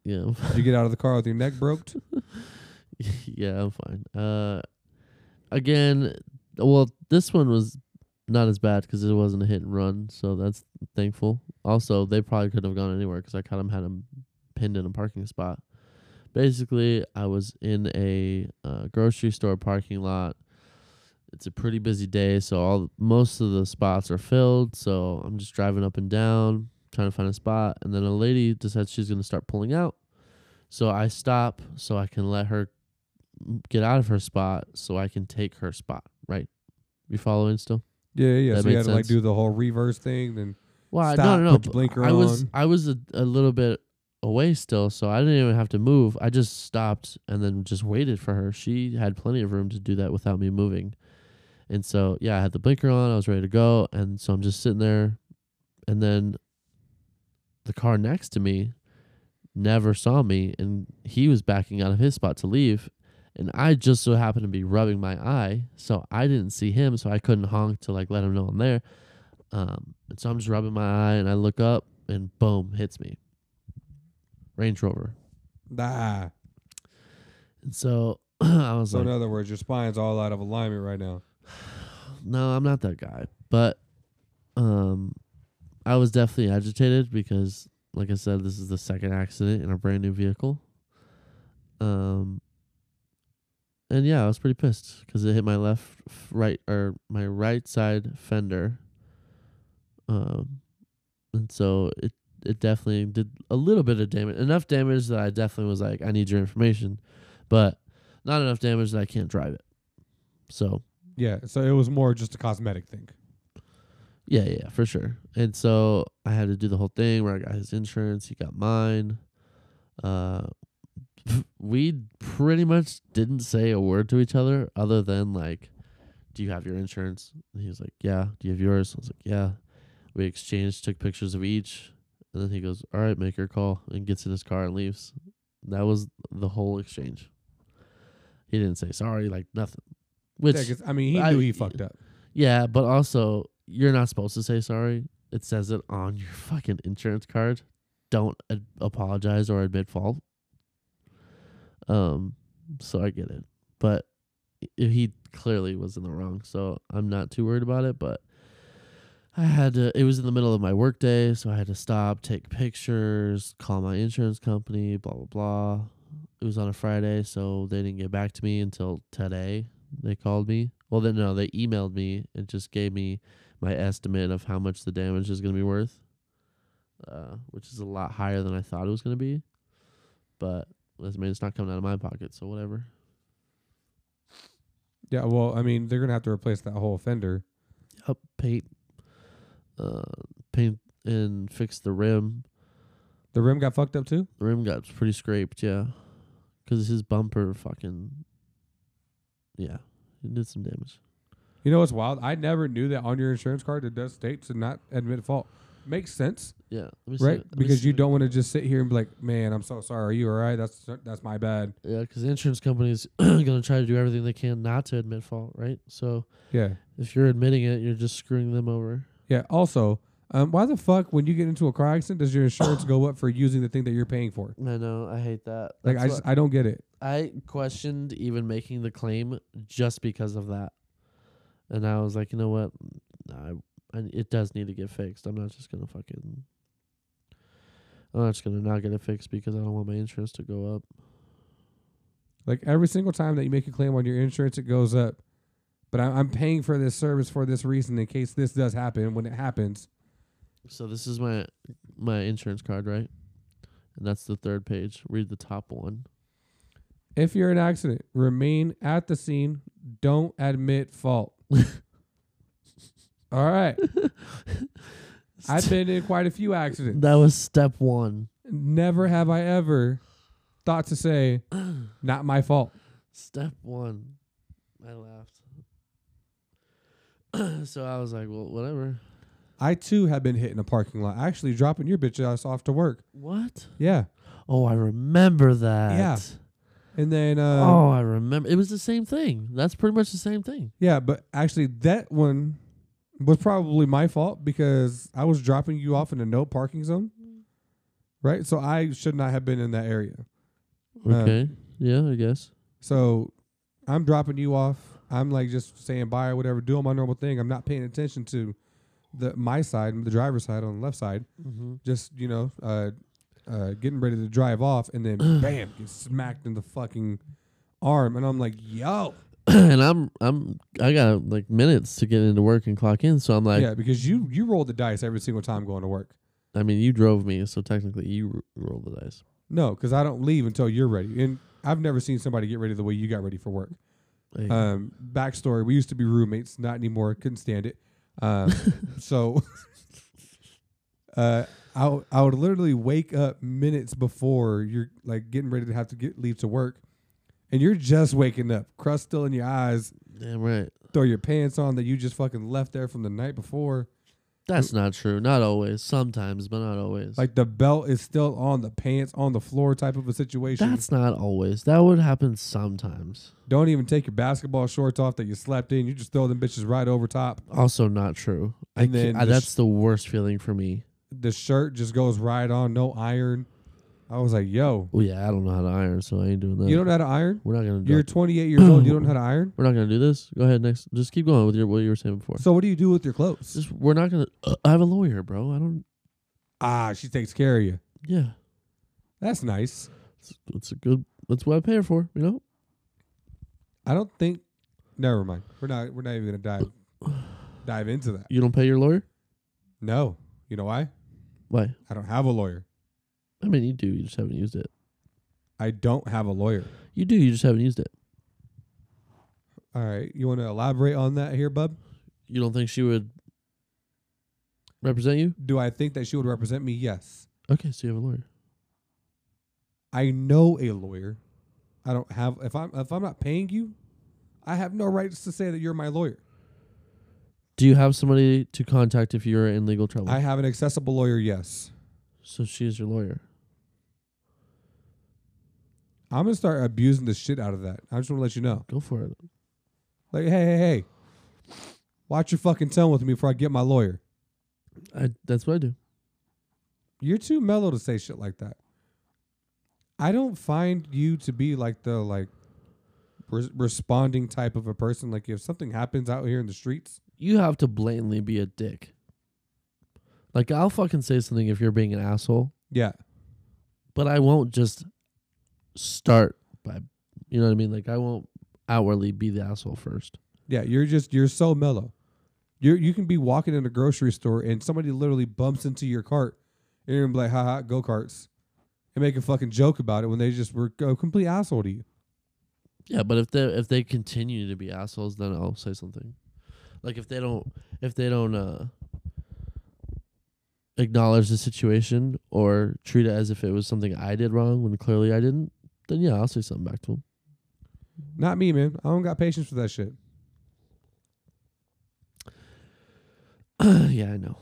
[SPEAKER 2] Yeah, I'm
[SPEAKER 1] Did you get out of the car with your neck
[SPEAKER 2] [laughs]
[SPEAKER 1] broke?
[SPEAKER 2] yeah, I'm fine. Uh, again, well, this one was not as bad because it wasn't a hit and run, so that's thankful. Also, they probably couldn't have gone anywhere because I kind of had them pinned in a parking spot. Basically, I was in a uh, grocery store parking lot. It's a pretty busy day, so all most of the spots are filled. So I'm just driving up and down, trying to find a spot, and then a lady decides she's gonna start pulling out. So I stop so I can let her get out of her spot so I can take her spot, right? You following still?
[SPEAKER 1] Yeah, yeah.
[SPEAKER 2] That
[SPEAKER 1] so you had
[SPEAKER 2] makes
[SPEAKER 1] to like
[SPEAKER 2] sense.
[SPEAKER 1] do the whole reverse thing, then
[SPEAKER 2] Well, I-
[SPEAKER 1] Stop,
[SPEAKER 2] no, no, no.
[SPEAKER 1] put the
[SPEAKER 2] but
[SPEAKER 1] blinker
[SPEAKER 2] I was
[SPEAKER 1] on.
[SPEAKER 2] I was a, a little bit away still, so I didn't even have to move. I just stopped and then just waited for her. She had plenty of room to do that without me moving. And so, yeah, I had the blinker on. I was ready to go, and so I'm just sitting there and then the car next to me never saw me and he was backing out of his spot to leave and I just so happened to be rubbing my eye, so I didn't see him, so I couldn't honk to like let him know I'm there. Um, and so I'm just rubbing my eye, and I look up, and boom, hits me. Range Rover.
[SPEAKER 1] nah.
[SPEAKER 2] And so [clears throat] I was
[SPEAKER 1] ah. So
[SPEAKER 2] like,
[SPEAKER 1] in other words, your spine's all out of alignment right now.
[SPEAKER 2] no, I'm not that guy. But um, I was definitely agitated because, like I said, this is the second accident in a brand new vehicle. Um, and yeah, I was pretty pissed because it hit my left, f- right, or my right side fender. Um, and so it it definitely did a little bit of damage, enough damage that I definitely was like, I need your information, but not enough damage that I can't drive it. So
[SPEAKER 1] Yeah. So it was more just a cosmetic thing.
[SPEAKER 2] Yeah, yeah, for sure. And so I had to do the whole thing where I got his insurance, he got mine. Uh, [laughs] we pretty much didn't say a word to each other other than like, "Do you have your insurance?" And he was like, "Yeah." Do you have yours? I was like, "Yeah." We exchanged, took pictures of each, and then he goes, "All right, make your call," and gets in his car and leaves. That was the whole exchange. He didn't say sorry, like nothing. Which
[SPEAKER 1] yeah, 'cause, I mean, he
[SPEAKER 2] I-
[SPEAKER 1] knew he fucked up.
[SPEAKER 2] yeah, but also you're not supposed to say sorry. It says it on your [laughs] fucking insurance card. Don't ad- apologize or admit fault. Um, so I get it, but i- he clearly was in the wrong, so I'm not too worried about it. But I had to. It was in the middle of my work day, so I had to stop, take pictures, call my insurance company, blah blah blah. It was on a Friday, so they didn't get back to me until today they called me. Well, then no, they emailed me and just gave me my estimate of how much the damage is going to be worth, uh, which is a lot higher than I thought it was going to be. But I mean, it's not coming out of my pocket, so whatever.
[SPEAKER 1] Yeah. Well, I mean, they're gonna have to replace that whole fender.
[SPEAKER 2] Up paint, uh, paint and fix the rim.
[SPEAKER 1] The rim got fucked up too.
[SPEAKER 2] The rim got pretty scraped, yeah, because his bumper fucking, yeah, it did some damage.
[SPEAKER 1] You know what's wild? I never knew that on your insurance card it does state to not admit fault. Makes sense,
[SPEAKER 2] Yeah, let me see
[SPEAKER 1] right?
[SPEAKER 2] it. Let me
[SPEAKER 1] Because
[SPEAKER 2] see
[SPEAKER 1] you
[SPEAKER 2] it.
[SPEAKER 1] don't want to just sit here and be like, "Man, I'm so sorry. Are you all right? That's that's my bad."
[SPEAKER 2] Yeah, because the insurance company's [clears throat] going to try to do everything they can not to admit fault, right? So
[SPEAKER 1] Yeah.
[SPEAKER 2] if you're admitting it, you're just screwing them over.
[SPEAKER 1] Yeah. Also, um, why the fuck when you get into a car accident does your insurance go up for using the thing that you're paying for?
[SPEAKER 2] I know. I hate that.
[SPEAKER 1] Like I just I don't get it.
[SPEAKER 2] I questioned even making the claim just because of that, and I was like, you know what, I, I it does need to get fixed. I'm not just gonna fucking. I'm not just gonna not get it fixed because I don't want my insurance to go up.
[SPEAKER 1] Like every single time that you make a claim on your insurance, it goes up. But I, I'm paying for this service for this reason in case this does happen. When it happens,
[SPEAKER 2] So this is my my insurance card, right? And that's the third page. Read the top one.
[SPEAKER 1] if you're in an accident, remain at the scene. Don't admit fault. All right. I've been in quite a few accidents.
[SPEAKER 2] That was step one.
[SPEAKER 1] Never have I ever thought to
[SPEAKER 2] [clears throat]
[SPEAKER 1] say, not my fault.
[SPEAKER 2] Step one. I laughed. [clears throat] so I was like, well, whatever.
[SPEAKER 1] I too have been hitting a parking lot. Actually, dropping your bitch ass off to work.
[SPEAKER 2] What?
[SPEAKER 1] Yeah,
[SPEAKER 2] Oh, I remember that.
[SPEAKER 1] Yeah. and then uh,
[SPEAKER 2] oh, I remember. It was the same thing. That's pretty much the same thing.
[SPEAKER 1] yeah, but actually that one was probably my fault because I was dropping you off in a no parking zone, right? So I should not have been in that area. Um,
[SPEAKER 2] Okay. yeah, I guess. [clears throat]
[SPEAKER 1] So I'm dropping you off. I'm like just saying bye or whatever, doing my normal thing. I'm not paying attention to the my side, the driver's side on the left side.
[SPEAKER 2] Mm-hmm.
[SPEAKER 1] Just you know, uh, uh, getting ready to drive off, and then bam, get smacked in the fucking arm, and I'm like, yo,
[SPEAKER 2] and I'm I'm I got like minutes to get into work and clock in, so I'm like,
[SPEAKER 1] yeah, because you you roll the dice every single time going to work.
[SPEAKER 2] I mean, you drove me, so technically you r- rolled the dice.
[SPEAKER 1] No, because I don't leave until you're ready, and I've never seen somebody get ready the way you got ready for work.
[SPEAKER 2] Hey,
[SPEAKER 1] Um, backstory: We used to be roommates, not anymore. Couldn't stand it. Um, so, uh, I w- I would literally wake up minutes before you're like getting ready to have to get leave to work, and you're just waking up, crust still in your eyes.
[SPEAKER 2] damn right.
[SPEAKER 1] Throw your pants on that you just fucking left there from the night before.
[SPEAKER 2] That's not true. Not always. Sometimes, but not always.
[SPEAKER 1] Like the belt is still on the pants on the floor type of a situation.
[SPEAKER 2] that's not always. That would happen sometimes.
[SPEAKER 1] Don't even take your basketball shorts off that you slept in. You just throw them bitches right over top.
[SPEAKER 2] Also not true. I,
[SPEAKER 1] And
[SPEAKER 2] ca-
[SPEAKER 1] then
[SPEAKER 2] I-
[SPEAKER 1] the sh-
[SPEAKER 2] that's the worst feeling for me.
[SPEAKER 1] the shirt just goes right on, no iron. I was like, yo,
[SPEAKER 2] Oh yeah, I don't know how to iron, so I ain't doing that.
[SPEAKER 1] you don't know how to iron?
[SPEAKER 2] We're not gonna do.
[SPEAKER 1] You're 28 years old, you don't know how to iron?
[SPEAKER 2] We're not gonna do this. Go ahead next. Just keep going with your what you were saying before.
[SPEAKER 1] So what do you do with your clothes?
[SPEAKER 2] Just we're not gonna. uh, I have a lawyer, bro. I don't.
[SPEAKER 1] Ah, she takes care of you.
[SPEAKER 2] Yeah,
[SPEAKER 1] That's nice.
[SPEAKER 2] it's, it's a good. That's what I pay her for. You know.
[SPEAKER 1] I don't think never mind. We're not we're not even gonna dive dive into that.
[SPEAKER 2] You don't pay your lawyer.
[SPEAKER 1] No. You know why?
[SPEAKER 2] Why?
[SPEAKER 1] I don't have a lawyer.
[SPEAKER 2] I mean, you do. You just haven't used it.
[SPEAKER 1] I don't have a lawyer.
[SPEAKER 2] You do. You just haven't used it.
[SPEAKER 1] All right. You wanna elaborate on that here, bub?
[SPEAKER 2] You don't think she would represent you?
[SPEAKER 1] Do I think that she would represent me? Yes.
[SPEAKER 2] Okay, so you have a lawyer.
[SPEAKER 1] I know a lawyer. I don't have if I'm if I'm not paying you, I have no rights to say that you're my lawyer.
[SPEAKER 2] Do you have somebody to contact if you're in legal trouble?
[SPEAKER 1] I have an accessible lawyer, yes.
[SPEAKER 2] so she is your lawyer.
[SPEAKER 1] I'm gonna start abusing the shit out of that. I just wanna let you know.
[SPEAKER 2] Go for it.
[SPEAKER 1] Like, hey, hey, hey. Watch your fucking tongue with me before I get my lawyer.
[SPEAKER 2] I. That's what I do.
[SPEAKER 1] You're too mellow to say shit like that. I don't find you to be like the like res- responding type of a person. Like if something happens out here in the streets,
[SPEAKER 2] You have to blatantly be a dick. Like I'll fucking say something if you're being an asshole.
[SPEAKER 1] yeah,
[SPEAKER 2] but I won't just start by you know what I mean? Like I won't outwardly be the asshole first.
[SPEAKER 1] yeah. You're just you're so mellow. You you can be walking in a grocery store and somebody literally bumps into your cart, and you're gonna be like, "Ha ha, go karts," and make a fucking joke about it when they just were a complete asshole to you.
[SPEAKER 2] Yeah, but if they if they continue to be assholes, then I'll say something. Like if they don't if they don't uh acknowledge the situation or treat it as if it was something I did wrong when clearly I didn't, then yeah, I'll say something back to them.
[SPEAKER 1] Not me, man. I don't got patience for that shit.
[SPEAKER 2] [clears throat] yeah, I know.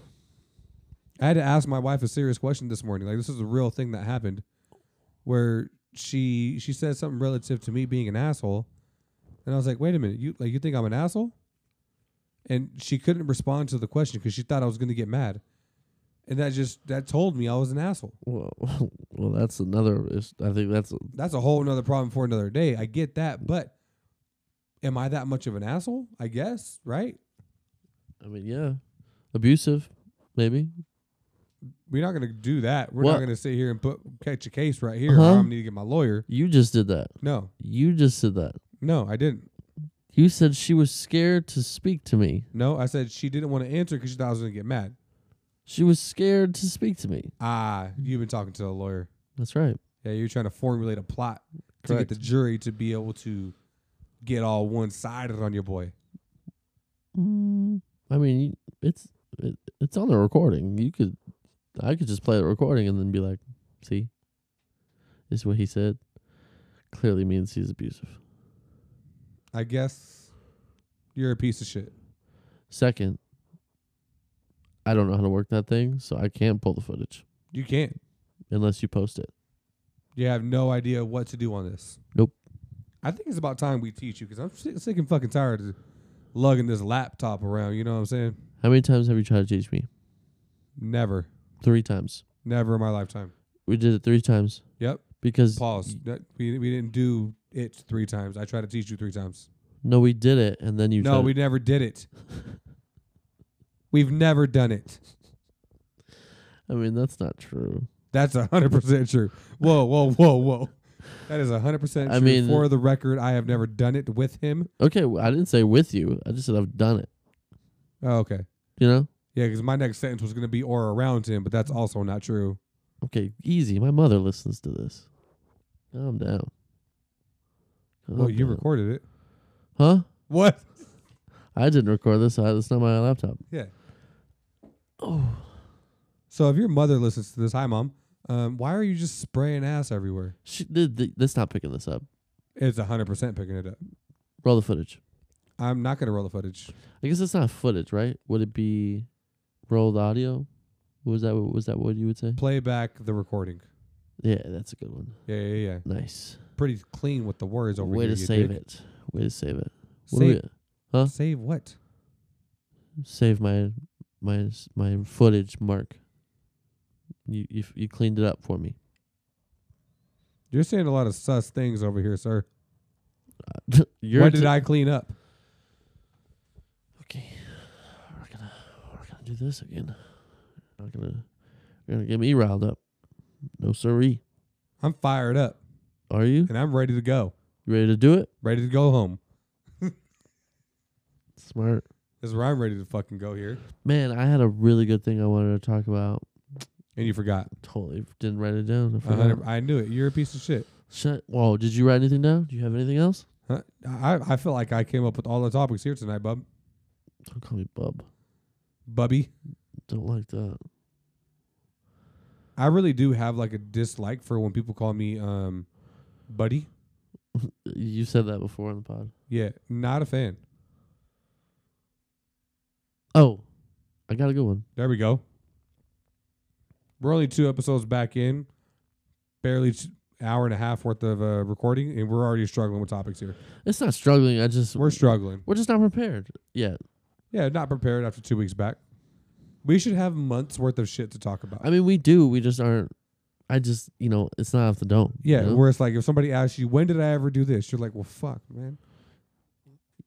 [SPEAKER 1] I had to ask my wife a serious question this morning. Like this is a real thing that happened where she she said something relative to me being an asshole. And I was like, "Wait a minute. You like you think I'm an asshole?" And she couldn't respond to the question cuz she thought I was going to get mad. And that just that told me I was an asshole.
[SPEAKER 2] Well, [laughs] well, that's another. is- I think that's
[SPEAKER 1] That's a whole nother problem for another day. I get that, but am I that much of an asshole? I guess, right?
[SPEAKER 2] I mean, yeah, abusive, maybe.
[SPEAKER 1] We're not going to do that. We're
[SPEAKER 2] What?
[SPEAKER 1] not going to sit here and put catch a case right here.
[SPEAKER 2] Uh-huh.
[SPEAKER 1] I'm going to get my lawyer.
[SPEAKER 2] You just did that.
[SPEAKER 1] No.
[SPEAKER 2] You just did that.
[SPEAKER 1] No, I didn't.
[SPEAKER 2] You said she was scared to speak to me.
[SPEAKER 1] No, I said she didn't want to answer because she thought I was going to get mad.
[SPEAKER 2] She was scared to speak to me.
[SPEAKER 1] Ah, you've been talking to a lawyer.
[SPEAKER 2] That's right.
[SPEAKER 1] Yeah, you're trying to formulate a plot
[SPEAKER 2] Correct.
[SPEAKER 1] to get the jury to be able to get all one sided on your boy.
[SPEAKER 2] Mm, I mean, you- it's it, it's on the recording. You could, I could just play the recording and then be like, "See, this is what he said." Clearly means he's abusive.
[SPEAKER 1] I guess you're a piece of shit.
[SPEAKER 2] Second, I don't know how to work that thing, so I can't pull the footage
[SPEAKER 1] You can't.
[SPEAKER 2] unless you post it.
[SPEAKER 1] You have no idea what to do on this.
[SPEAKER 2] Nope.
[SPEAKER 1] I think it's about time we teach you because I'm sick, sick and fucking tired of lugging this laptop around. You know what I'm saying?
[SPEAKER 2] How many times have you tried to teach me?
[SPEAKER 1] Never,
[SPEAKER 2] Three times.
[SPEAKER 1] never in my lifetime.
[SPEAKER 2] We did it three times
[SPEAKER 1] Yep.
[SPEAKER 2] because
[SPEAKER 1] Pause. That- We we didn't do it three times. I tried to teach you three times.
[SPEAKER 2] no, we did it, and then you
[SPEAKER 1] no,
[SPEAKER 2] tried-
[SPEAKER 1] we never did it. We've never done it.
[SPEAKER 2] I mean, that's not true.
[SPEAKER 1] That's a hundred percent true. Whoa, whoa, whoa, whoa. That is a hundred percent
[SPEAKER 2] I
[SPEAKER 1] true.
[SPEAKER 2] mean-
[SPEAKER 1] For the record, I have never done it with him.
[SPEAKER 2] Okay, well, I didn't say with you. I just said I've done it.
[SPEAKER 1] Oh, okay.
[SPEAKER 2] You know?
[SPEAKER 1] Yeah, because my next sentence was gonna be or around him, but that's also not true.
[SPEAKER 2] Okay, easy. My mother listens to this. Calm down. Calm
[SPEAKER 1] Well, you
[SPEAKER 2] down.
[SPEAKER 1] recorded it.
[SPEAKER 2] Huh?
[SPEAKER 1] What? [laughs]
[SPEAKER 2] I didn't record this. I, it's not my laptop.
[SPEAKER 1] Yeah.
[SPEAKER 2] Oh,
[SPEAKER 1] So if your mother listens to this, hi mom. Um, why are you just spraying ass everywhere?
[SPEAKER 2] she, th- th- that's not picking this up.
[SPEAKER 1] It's a hundred percent picking it up.
[SPEAKER 2] Roll the footage.
[SPEAKER 1] I'm not gonna roll the footage.
[SPEAKER 2] I guess it's not footage, right? Would it be rolled audio? Was that what was that what you would say?
[SPEAKER 1] Play back the recording.
[SPEAKER 2] Yeah, that's a good one.
[SPEAKER 1] Yeah, yeah, yeah.
[SPEAKER 2] Nice.
[SPEAKER 1] Pretty clean with the words over
[SPEAKER 2] Way
[SPEAKER 1] here.
[SPEAKER 2] to save it. Way to save it. What do
[SPEAKER 1] Save,
[SPEAKER 2] huh?
[SPEAKER 1] save what?
[SPEAKER 2] we- save my my s- my footage, Mark. You you f- you cleaned it up for me. [laughs]
[SPEAKER 1] You're saying a lot of sus things over here, sir.
[SPEAKER 2] You're
[SPEAKER 1] what did
[SPEAKER 2] t-
[SPEAKER 1] I clean up?
[SPEAKER 2] Okay, we're gonna we're gonna do this again. We're gonna you're gonna get me riled up. No siree.
[SPEAKER 1] I'm fired up
[SPEAKER 2] Are you?
[SPEAKER 1] and I'm ready to go.
[SPEAKER 2] You ready to do it?
[SPEAKER 1] Ready to go home.
[SPEAKER 2] Smart.
[SPEAKER 1] This is where I'm ready to fucking go here.
[SPEAKER 2] Man, I had a really good thing I wanted to talk about.
[SPEAKER 1] And you forgot.
[SPEAKER 2] Totally f- didn't write it down. I
[SPEAKER 1] A
[SPEAKER 2] forgot.
[SPEAKER 1] hundred- I knew it. You're a piece of shit.
[SPEAKER 2] Shut. Whoa, did you write anything down? Do you have anything else?
[SPEAKER 1] Huh? I, I feel like I came up with all the topics here tonight, bub.
[SPEAKER 2] Don't call me bub.
[SPEAKER 1] Bubby.
[SPEAKER 2] Don't like that.
[SPEAKER 1] I really do have like a dislike for when people call me um buddy.
[SPEAKER 2] You said that before on the pod.
[SPEAKER 1] Yeah, not a fan.
[SPEAKER 2] Oh, I got a good one.
[SPEAKER 1] There we go. We're only two episodes back in, barely t- hour and a half worth of uh, recording, and we're already struggling with topics here.
[SPEAKER 2] It's not struggling. I just
[SPEAKER 1] We're struggling.
[SPEAKER 2] we're just not prepared yet.
[SPEAKER 1] Yeah, not prepared after two weeks back. We should have months worth of shit to talk about.
[SPEAKER 2] I mean, we do. We just aren't. I just you know, it's not off the dome. you
[SPEAKER 1] yeah,
[SPEAKER 2] know?
[SPEAKER 1] where it's like if somebody asks you, when did I ever do this? You're like, well, fuck, man.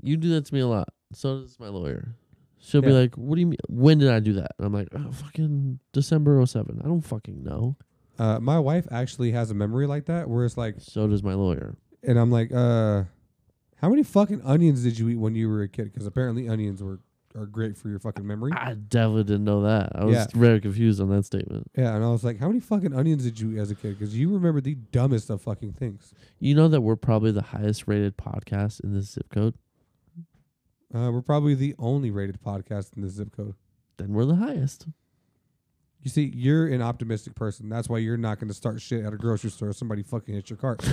[SPEAKER 2] you do that to me a lot. So does my lawyer. She'll be
[SPEAKER 1] Yeah.
[SPEAKER 2] like, "What do you mean? When did I do that?" And I'm like, oh, "Fucking December 07. I don't fucking know.
[SPEAKER 1] Uh, my wife actually has a memory like that where it's like,
[SPEAKER 2] So does my lawyer.
[SPEAKER 1] and I'm like, uh, how many fucking onions did you eat when you were a kid? Because apparently onions were are great for your fucking memory.
[SPEAKER 2] I definitely didn't know that. I was
[SPEAKER 1] Yeah.
[SPEAKER 2] very confused on that statement.
[SPEAKER 1] Yeah, and I was like, how many fucking onions did you eat as a kid? Because you remember the dumbest of fucking things.
[SPEAKER 2] You know that we're probably the highest rated podcast in this zip code.
[SPEAKER 1] Uh, we're probably the only rated podcast in this zip code.
[SPEAKER 2] Then we're the highest.
[SPEAKER 1] You see, you're an optimistic person. That's why you're not going to start shit at a grocery store. if Somebody fucking hits your cart.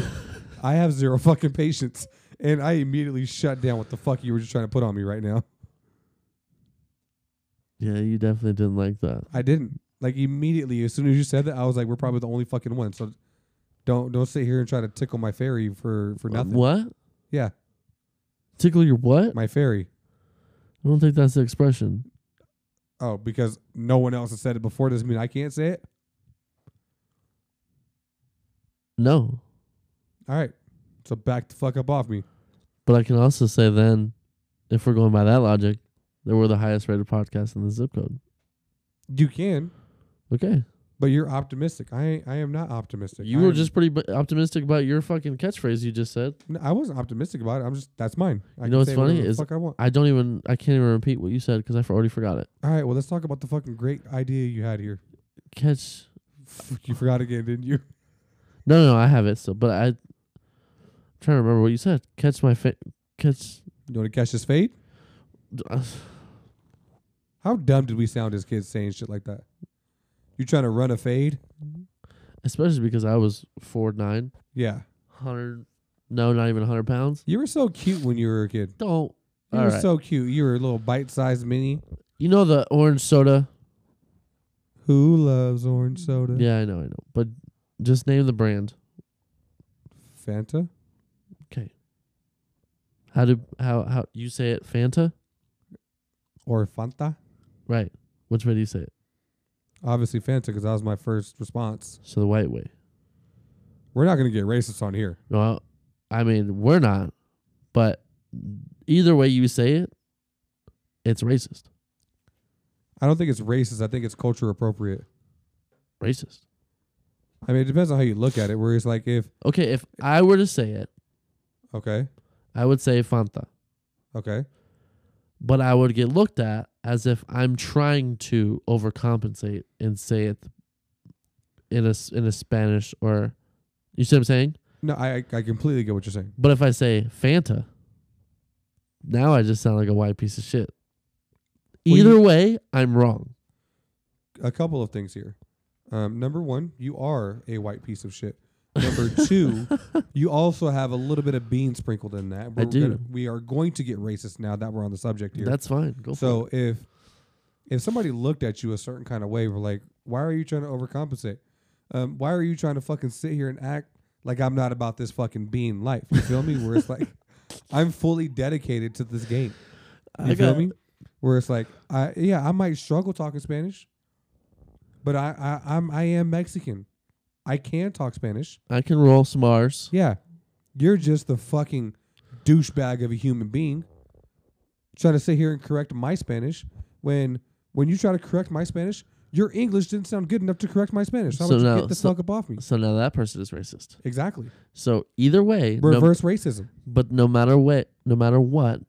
[SPEAKER 1] I have zero fucking patience, and I immediately shut down. What the fuck you were just trying to put on me right now?
[SPEAKER 2] Yeah, you definitely didn't like that.
[SPEAKER 1] I didn't. Like immediately, as soon as you said that, I was like, "We're probably the only fucking one." So don't don't sit here and try to tickle my fairy for for nothing.
[SPEAKER 2] What?
[SPEAKER 1] Yeah,
[SPEAKER 2] Tickle your what?
[SPEAKER 1] my fairy.
[SPEAKER 2] I don't think that's the expression.
[SPEAKER 1] Oh, because no one else has said it before doesn't mean I can't say it.
[SPEAKER 2] No.
[SPEAKER 1] All right. So back the fuck up off me.
[SPEAKER 2] But I can also say then, if we're going by that logic, that we're the highest rated podcast in the zip code.
[SPEAKER 1] You can,
[SPEAKER 2] Okay.
[SPEAKER 1] but you're optimistic. I ain't- I am not optimistic.
[SPEAKER 2] You
[SPEAKER 1] I
[SPEAKER 2] were
[SPEAKER 1] am-
[SPEAKER 2] just pretty bu- optimistic about your fucking catchphrase you just said.
[SPEAKER 1] No, I wasn't optimistic about it. I'm just that's mine. I
[SPEAKER 2] You know
[SPEAKER 1] can
[SPEAKER 2] what's
[SPEAKER 1] say
[SPEAKER 2] funny
[SPEAKER 1] whatever the
[SPEAKER 2] is-
[SPEAKER 1] fuck I want.
[SPEAKER 2] I don't even, I can't even repeat what you said because I already forgot it.
[SPEAKER 1] All right, well let's talk about the fucking great idea you had here. [laughs]
[SPEAKER 2] Catch.
[SPEAKER 1] Fuck, You forgot again, didn't you?
[SPEAKER 2] No, no, no, I have it still, but I, I'm trying to remember what you said. Catch my fa- catch. [sighs]
[SPEAKER 1] You want to catch this fade? How dumb did we sound as kids saying shit like that? You trying to run a fade?
[SPEAKER 2] Especially because I was four nine,
[SPEAKER 1] Yeah.
[SPEAKER 2] hundred. No, not even hundred pounds.
[SPEAKER 1] You were so cute when you were a kid.
[SPEAKER 2] Don't
[SPEAKER 1] You
[SPEAKER 2] All
[SPEAKER 1] were
[SPEAKER 2] right.
[SPEAKER 1] so cute. You were a little bite-sized mini.
[SPEAKER 2] You know the orange soda?
[SPEAKER 1] Who loves orange soda?
[SPEAKER 2] Yeah, I know, I know. But just name the brand.
[SPEAKER 1] Fanta.
[SPEAKER 2] Okay. How do how how you say it? Fanta?
[SPEAKER 1] Or Fanta.
[SPEAKER 2] Right. Which way do you say it?
[SPEAKER 1] Obviously Fanta, because that was my first response.
[SPEAKER 2] So the white way.
[SPEAKER 1] We're not gonna get racist on here.
[SPEAKER 2] Well, I mean, we're not, but either way you say it, it's racist.
[SPEAKER 1] I don't think it's racist. I think it's culture appropriate.
[SPEAKER 2] Racist.
[SPEAKER 1] I mean, it depends on how you look at it. Where it's like, if
[SPEAKER 2] Okay, if I were to say it,
[SPEAKER 1] okay,
[SPEAKER 2] I would say Fanta,
[SPEAKER 1] okay,
[SPEAKER 2] but I would get looked at as if I'm trying to overcompensate and say it in a s- in a Spanish or you see what I'm saying?
[SPEAKER 1] no, I I I completely get what you're saying.
[SPEAKER 2] But if I say Fanta, now I just sound like a white piece of shit.
[SPEAKER 1] Well,
[SPEAKER 2] Either
[SPEAKER 1] you-
[SPEAKER 2] way, I'm wrong.
[SPEAKER 1] A couple of things here. Um, number one, you are a white piece of shit.
[SPEAKER 2] [laughs]
[SPEAKER 1] Number two, you also have a little bit of bean sprinkled in that. We're
[SPEAKER 2] do.
[SPEAKER 1] Gonna, we are going to get racist now that we're on the subject here.
[SPEAKER 2] That's fine. Go for it.
[SPEAKER 1] so if if somebody looked at you a certain kind of way, we're like, why are you trying to overcompensate? Um, why are you trying to fucking sit here and act like I'm not about this fucking bean life? You feel me? Where it's like, [laughs] I'm fully dedicated to this game. You
[SPEAKER 2] I
[SPEAKER 1] feel
[SPEAKER 2] got-
[SPEAKER 1] me? Where it's like, I yeah, I might struggle talking Spanish, but I, I I'm I am Mexican. I can talk Spanish.
[SPEAKER 2] I can roll some R's.
[SPEAKER 1] Yeah, you're just the fucking douchebag of a human being trying to sit here and correct my Spanish when when you try to correct my Spanish, your English didn't sound good enough to correct my Spanish. How
[SPEAKER 2] So
[SPEAKER 1] about you
[SPEAKER 2] now-
[SPEAKER 1] get the
[SPEAKER 2] so-
[SPEAKER 1] fuck up off me?
[SPEAKER 2] So now that person is racist.
[SPEAKER 1] Exactly.
[SPEAKER 2] So either way, no-
[SPEAKER 1] Reverse racism.
[SPEAKER 2] but no matter what, no matter what,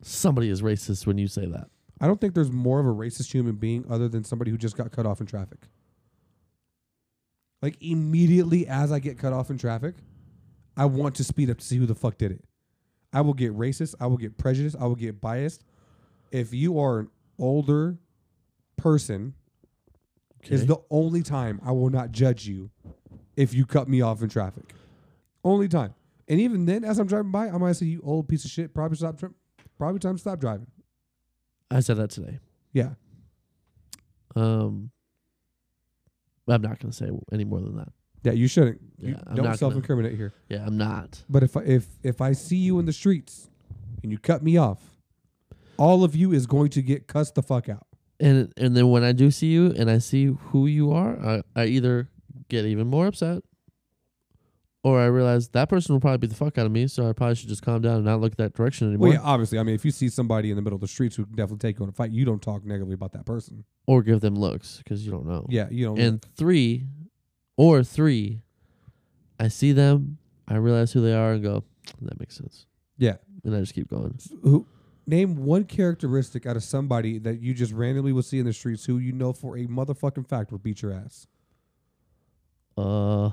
[SPEAKER 2] somebody is racist when you say that.
[SPEAKER 1] I don't think there's more of a racist human being other than somebody who just got cut off in traffic. Like immediately as I get cut off in traffic, I want to speed up to see who the fuck did it. I will get racist, I will get prejudiced, I will get biased. If you are an older person, is
[SPEAKER 2] Okay.
[SPEAKER 1] the only time I will not judge you if you cut me off in traffic. Only time. And even then, as I'm driving by, I might say, "You old piece of shit, probably stop, dri- probably time to stop driving."
[SPEAKER 2] I said that today.
[SPEAKER 1] Yeah,
[SPEAKER 2] Um, I'm not gonna say any more than that.
[SPEAKER 1] Yeah, you shouldn't.
[SPEAKER 2] Yeah,
[SPEAKER 1] you
[SPEAKER 2] I'm
[SPEAKER 1] don't
[SPEAKER 2] not
[SPEAKER 1] self incriminate here.
[SPEAKER 2] Yeah, I'm not.
[SPEAKER 1] But if I, if if I see you in the streets and you cut me off, all of you is going to get cussed the fuck out.
[SPEAKER 2] And and then when I do see you and I see who you are, I, I either get even more upset, or I realize that person will probably beat the fuck out of me. So I probably should just calm down and not look that direction anymore,
[SPEAKER 1] Well, yeah, obviously. I mean, if you see somebody in the middle of the streets who can definitely take you on a fight, you don't talk negatively about that person.
[SPEAKER 2] or give them looks because you don't know.
[SPEAKER 1] Yeah, you don't.
[SPEAKER 2] and three or three i see them i realize who they are and go that makes sense
[SPEAKER 1] Yeah.
[SPEAKER 2] and i just keep going
[SPEAKER 1] who name one characteristic out of somebody that you just randomly will see in the streets who you know for a motherfucking fact will beat your ass.
[SPEAKER 2] uh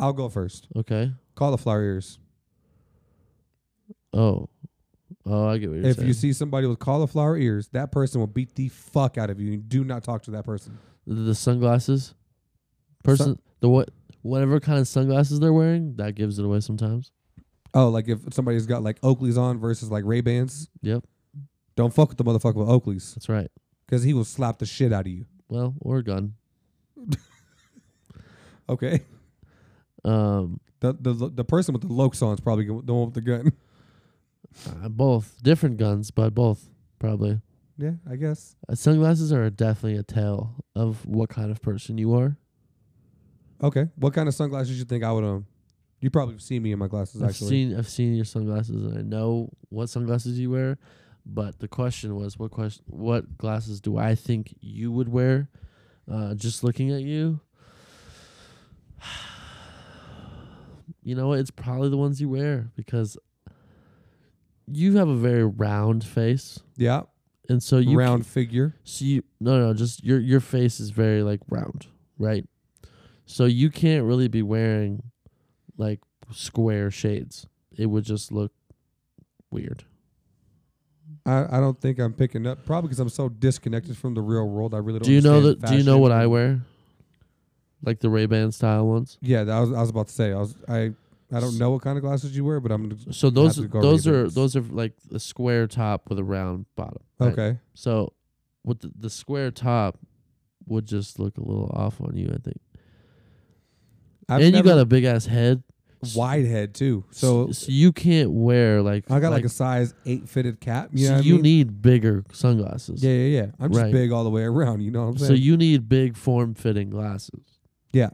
[SPEAKER 1] I'll go first.
[SPEAKER 2] okay
[SPEAKER 1] Cauliflower ears.
[SPEAKER 2] oh oh i get what you're
[SPEAKER 1] if
[SPEAKER 2] saying
[SPEAKER 1] you see somebody with cauliflower ears, that person will beat the fuck out of you. Do not talk to that person.
[SPEAKER 2] the sunglasses person the what whatever kind of sunglasses they're wearing that gives it away sometimes
[SPEAKER 1] Oh, like if somebody's got like Oakley's on versus like Ray Bans,
[SPEAKER 2] yep
[SPEAKER 1] don't fuck with the motherfucker with Oakley's
[SPEAKER 2] that's right
[SPEAKER 1] because he will slap the shit out of you.
[SPEAKER 2] well or a gun
[SPEAKER 1] Okay, [laughs]
[SPEAKER 2] um
[SPEAKER 1] the the the person with the Lokes on is probably go- the one with the gun. [laughs]
[SPEAKER 2] uh, both different guns but both probably
[SPEAKER 1] yeah, I guess.
[SPEAKER 2] uh, sunglasses are definitely a tell of what kind of person you are
[SPEAKER 1] Okay, what kind of sunglasses you think I would own? You probably see me in my glasses
[SPEAKER 2] I've
[SPEAKER 1] actually.
[SPEAKER 2] seen I've seen your sunglasses and I know what sunglasses you wear, but the question was what question what glasses do I think you would wear? Uh, just looking at you, [sighs] you know what? It's probably the ones you wear because you have a very round face,
[SPEAKER 1] yeah,
[SPEAKER 2] and so you
[SPEAKER 1] round figure.
[SPEAKER 2] so you no no just your your face is very like round, right? So you can't really be wearing like square shades. It would just look weird.
[SPEAKER 1] I, I don't think I'm picking up probably because I'm so disconnected from the real world. I really don't.
[SPEAKER 2] Do you know
[SPEAKER 1] understand
[SPEAKER 2] that? Do you know
[SPEAKER 1] fashion.
[SPEAKER 2] what I wear? Like the Ray Ban style ones.
[SPEAKER 1] Yeah, that was I was about to say. I was I I don't know what kind of glasses you wear, but I'm
[SPEAKER 2] So those
[SPEAKER 1] to go
[SPEAKER 2] those are
[SPEAKER 1] Ray-Bans.
[SPEAKER 2] those are like a square top with a round bottom. right?
[SPEAKER 1] okay.
[SPEAKER 2] So with the, the square top would just look a little off on you, I think.
[SPEAKER 1] I've
[SPEAKER 2] and you
[SPEAKER 1] never-
[SPEAKER 2] got a big ass head. s-
[SPEAKER 1] wide head too,
[SPEAKER 2] s-
[SPEAKER 1] so
[SPEAKER 2] so you can't wear like
[SPEAKER 1] I got like, a size eight fitted cap. You know
[SPEAKER 2] so
[SPEAKER 1] what I
[SPEAKER 2] you
[SPEAKER 1] mean?
[SPEAKER 2] need bigger sunglasses.
[SPEAKER 1] yeah, yeah, yeah. I'm just
[SPEAKER 2] Right.
[SPEAKER 1] big all the way around. You know what I'm saying?
[SPEAKER 2] So you need big form fitting glasses.
[SPEAKER 1] Yeah.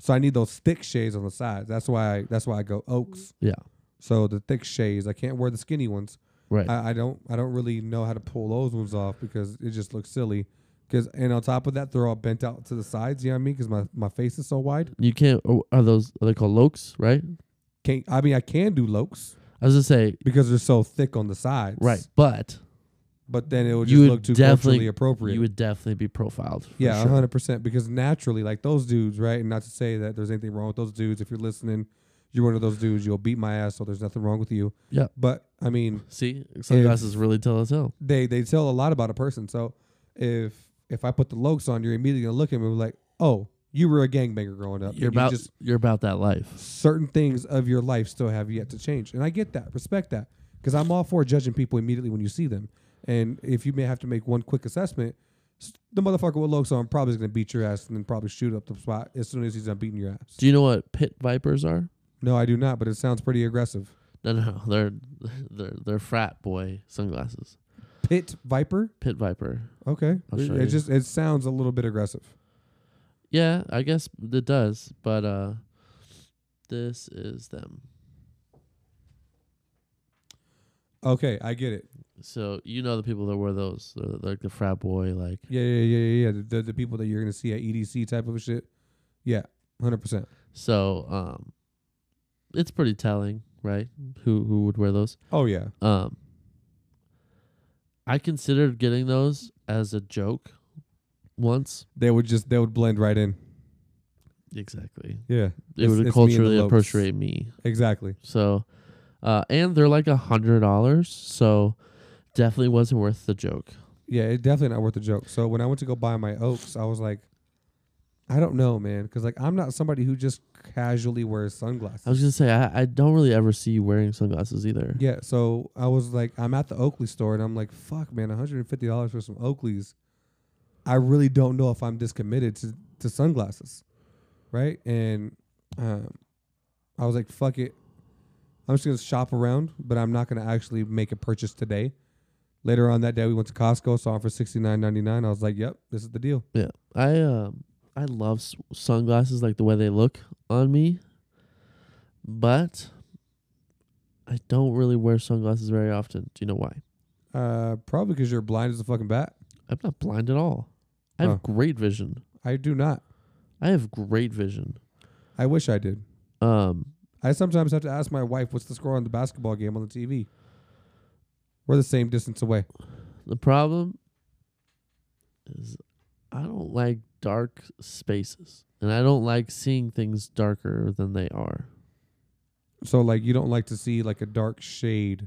[SPEAKER 1] So I need those thick shades on the sides. That's why I, that's why I go oaks.
[SPEAKER 2] Yeah.
[SPEAKER 1] So the thick shades, I can't wear the skinny ones.
[SPEAKER 2] Right.
[SPEAKER 1] I, I don't I don't really know how to pull those ones off because it just looks silly. Cause and on top of that, they're all bent out to the sides. You know what I mean? Because my, my face is so wide.
[SPEAKER 2] you can't oh, are those are they called lokes, right?
[SPEAKER 1] Can't I mean I can do lokes
[SPEAKER 2] I was gonna say
[SPEAKER 1] because they're so thick on the sides.
[SPEAKER 2] right, but
[SPEAKER 1] But then it would
[SPEAKER 2] You
[SPEAKER 1] just
[SPEAKER 2] would
[SPEAKER 1] look too
[SPEAKER 2] definitely-
[SPEAKER 1] culturally appropriate.
[SPEAKER 2] you would definitely be profiled. for
[SPEAKER 1] Yeah, uh-huh.
[SPEAKER 2] sure.
[SPEAKER 1] hundred percent. Because naturally, like those dudes, right? And not to say that there's anything wrong with those dudes. If you're listening, you're one of those dudes. You'll beat my ass, so there's nothing wrong with you.
[SPEAKER 2] Yeah.
[SPEAKER 1] But I mean,
[SPEAKER 2] See, sunglasses really tell us hell.
[SPEAKER 1] they they tell a lot about a person. So if if I put the lokes on, you're immediately gonna look at me like, oh, you were a gangbanger growing up.
[SPEAKER 2] You're
[SPEAKER 1] and Uh, you
[SPEAKER 2] about
[SPEAKER 1] just
[SPEAKER 2] you're about that life.
[SPEAKER 1] certain things of your life still have yet to change, and I get that, respect that, because I'm all for judging people immediately when you see them. And if you may have to make one quick assessment, s- the motherfucker with lokes on probably is gonna beat your ass and then probably shoot up the spot as soon as he's done beating your ass.
[SPEAKER 2] Do you know what pit vipers are?
[SPEAKER 1] No, I do not, but it sounds pretty aggressive.
[SPEAKER 2] No, no, [laughs] no, they're they're they're frat boy sunglasses.
[SPEAKER 1] Pit viper.
[SPEAKER 2] Pit viper.
[SPEAKER 1] Okay,
[SPEAKER 2] I'll
[SPEAKER 1] it,
[SPEAKER 2] show
[SPEAKER 1] it
[SPEAKER 2] you.
[SPEAKER 1] just it sounds a little bit aggressive.
[SPEAKER 2] Yeah, I guess it does, but uh this is them.
[SPEAKER 1] Okay, I get it.
[SPEAKER 2] So you know the people that wear those, they're like the frat boy, like
[SPEAKER 1] Yeah, yeah, yeah, yeah, yeah. The, the, the people that you're gonna see at EDC type of shit. Yeah, hundred percent.
[SPEAKER 2] so. Um, it's pretty telling, right? Who who would wear those?
[SPEAKER 1] Oh yeah,
[SPEAKER 2] Um, I considered getting those as a joke once.
[SPEAKER 1] they would just they would blend right in.
[SPEAKER 2] Exactly,
[SPEAKER 1] Yeah,
[SPEAKER 2] it
[SPEAKER 1] It's- it's
[SPEAKER 2] would
[SPEAKER 1] me and the
[SPEAKER 2] culturally
[SPEAKER 1] Lokes.
[SPEAKER 2] appropriate me.
[SPEAKER 1] exactly.
[SPEAKER 2] So, uh, and they're like a hundred dollars, so definitely wasn't worth the joke.
[SPEAKER 1] Yeah, it's definitely not worth a joke. So when I went to go buy my oaks, I was like, I don't know, man, because like I'm not somebody who just casually wears sunglasses.
[SPEAKER 2] I was gonna say I, I don't really ever see you wearing sunglasses either.
[SPEAKER 1] yeah, so I was like, I'm at the Oakley store and I'm like, fuck, man, $150 for some Oakleys. I really don't know if I'm this committed to, to sunglasses, right? And um, I was like, fuck it. I'm just gonna shop around, but I'm not gonna actually make a purchase today. Later on that day, we went to Costco, saw them for sixty nine ninety nine. I was like, "Yep, this is the deal."
[SPEAKER 2] I um I love s- sunglasses like the way they look on me, but I don't really wear sunglasses very often. Do you know why?
[SPEAKER 1] Uh, probably because you're blind as a fucking bat.
[SPEAKER 2] I'm not blind at all. I have
[SPEAKER 1] Huh.
[SPEAKER 2] great vision.
[SPEAKER 1] I do not.
[SPEAKER 2] I have great vision.
[SPEAKER 1] I wish I did.
[SPEAKER 2] Um,
[SPEAKER 1] I sometimes have to ask my wife what's the score on the basketball game on the TV. We're the same distance away.
[SPEAKER 2] the problem is I don't like dark spaces, and I don't like seeing things darker than they are.
[SPEAKER 1] So like, you don't like to see like a dark shade.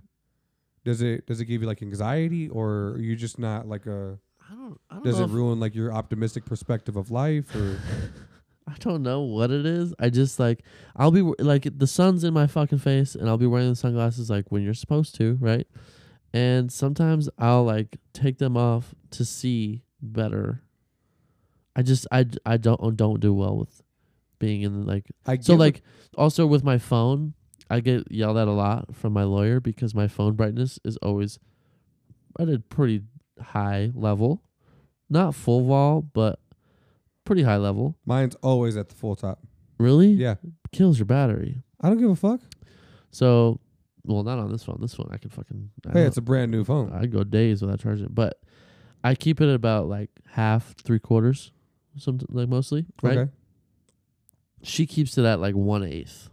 [SPEAKER 1] Does it does it give you like anxiety or are you just not like a
[SPEAKER 2] I don't. I don't
[SPEAKER 1] does
[SPEAKER 2] know
[SPEAKER 1] it
[SPEAKER 2] if-
[SPEAKER 1] ruin like your optimistic perspective of life
[SPEAKER 2] [laughs]
[SPEAKER 1] or
[SPEAKER 2] I don't know what it is. I just like I'll be w- like the sun's in my fucking face, and I'll be wearing the sunglasses like when you're supposed to, right? And sometimes I'll like take them off to see better. I just I, d- I don't don't do well with being in like
[SPEAKER 1] I get
[SPEAKER 2] so
[SPEAKER 1] what-
[SPEAKER 2] like also with my phone I get yelled at a lot from my lawyer because my phone brightness is always at a pretty high level, not full wall, but pretty high level.
[SPEAKER 1] mine's always at the full top.
[SPEAKER 2] Really?
[SPEAKER 1] Yeah.
[SPEAKER 2] Kills your battery.
[SPEAKER 1] I don't give a fuck.
[SPEAKER 2] So, well, not on this phone. This phone I can fucking. I
[SPEAKER 1] Hey,
[SPEAKER 2] don't-
[SPEAKER 1] it's a brand new phone.
[SPEAKER 2] I go days without charging it, but I keep it at about like half, three quarters, some like mostly. Right.
[SPEAKER 1] Okay.
[SPEAKER 2] She keeps it at like one eighth.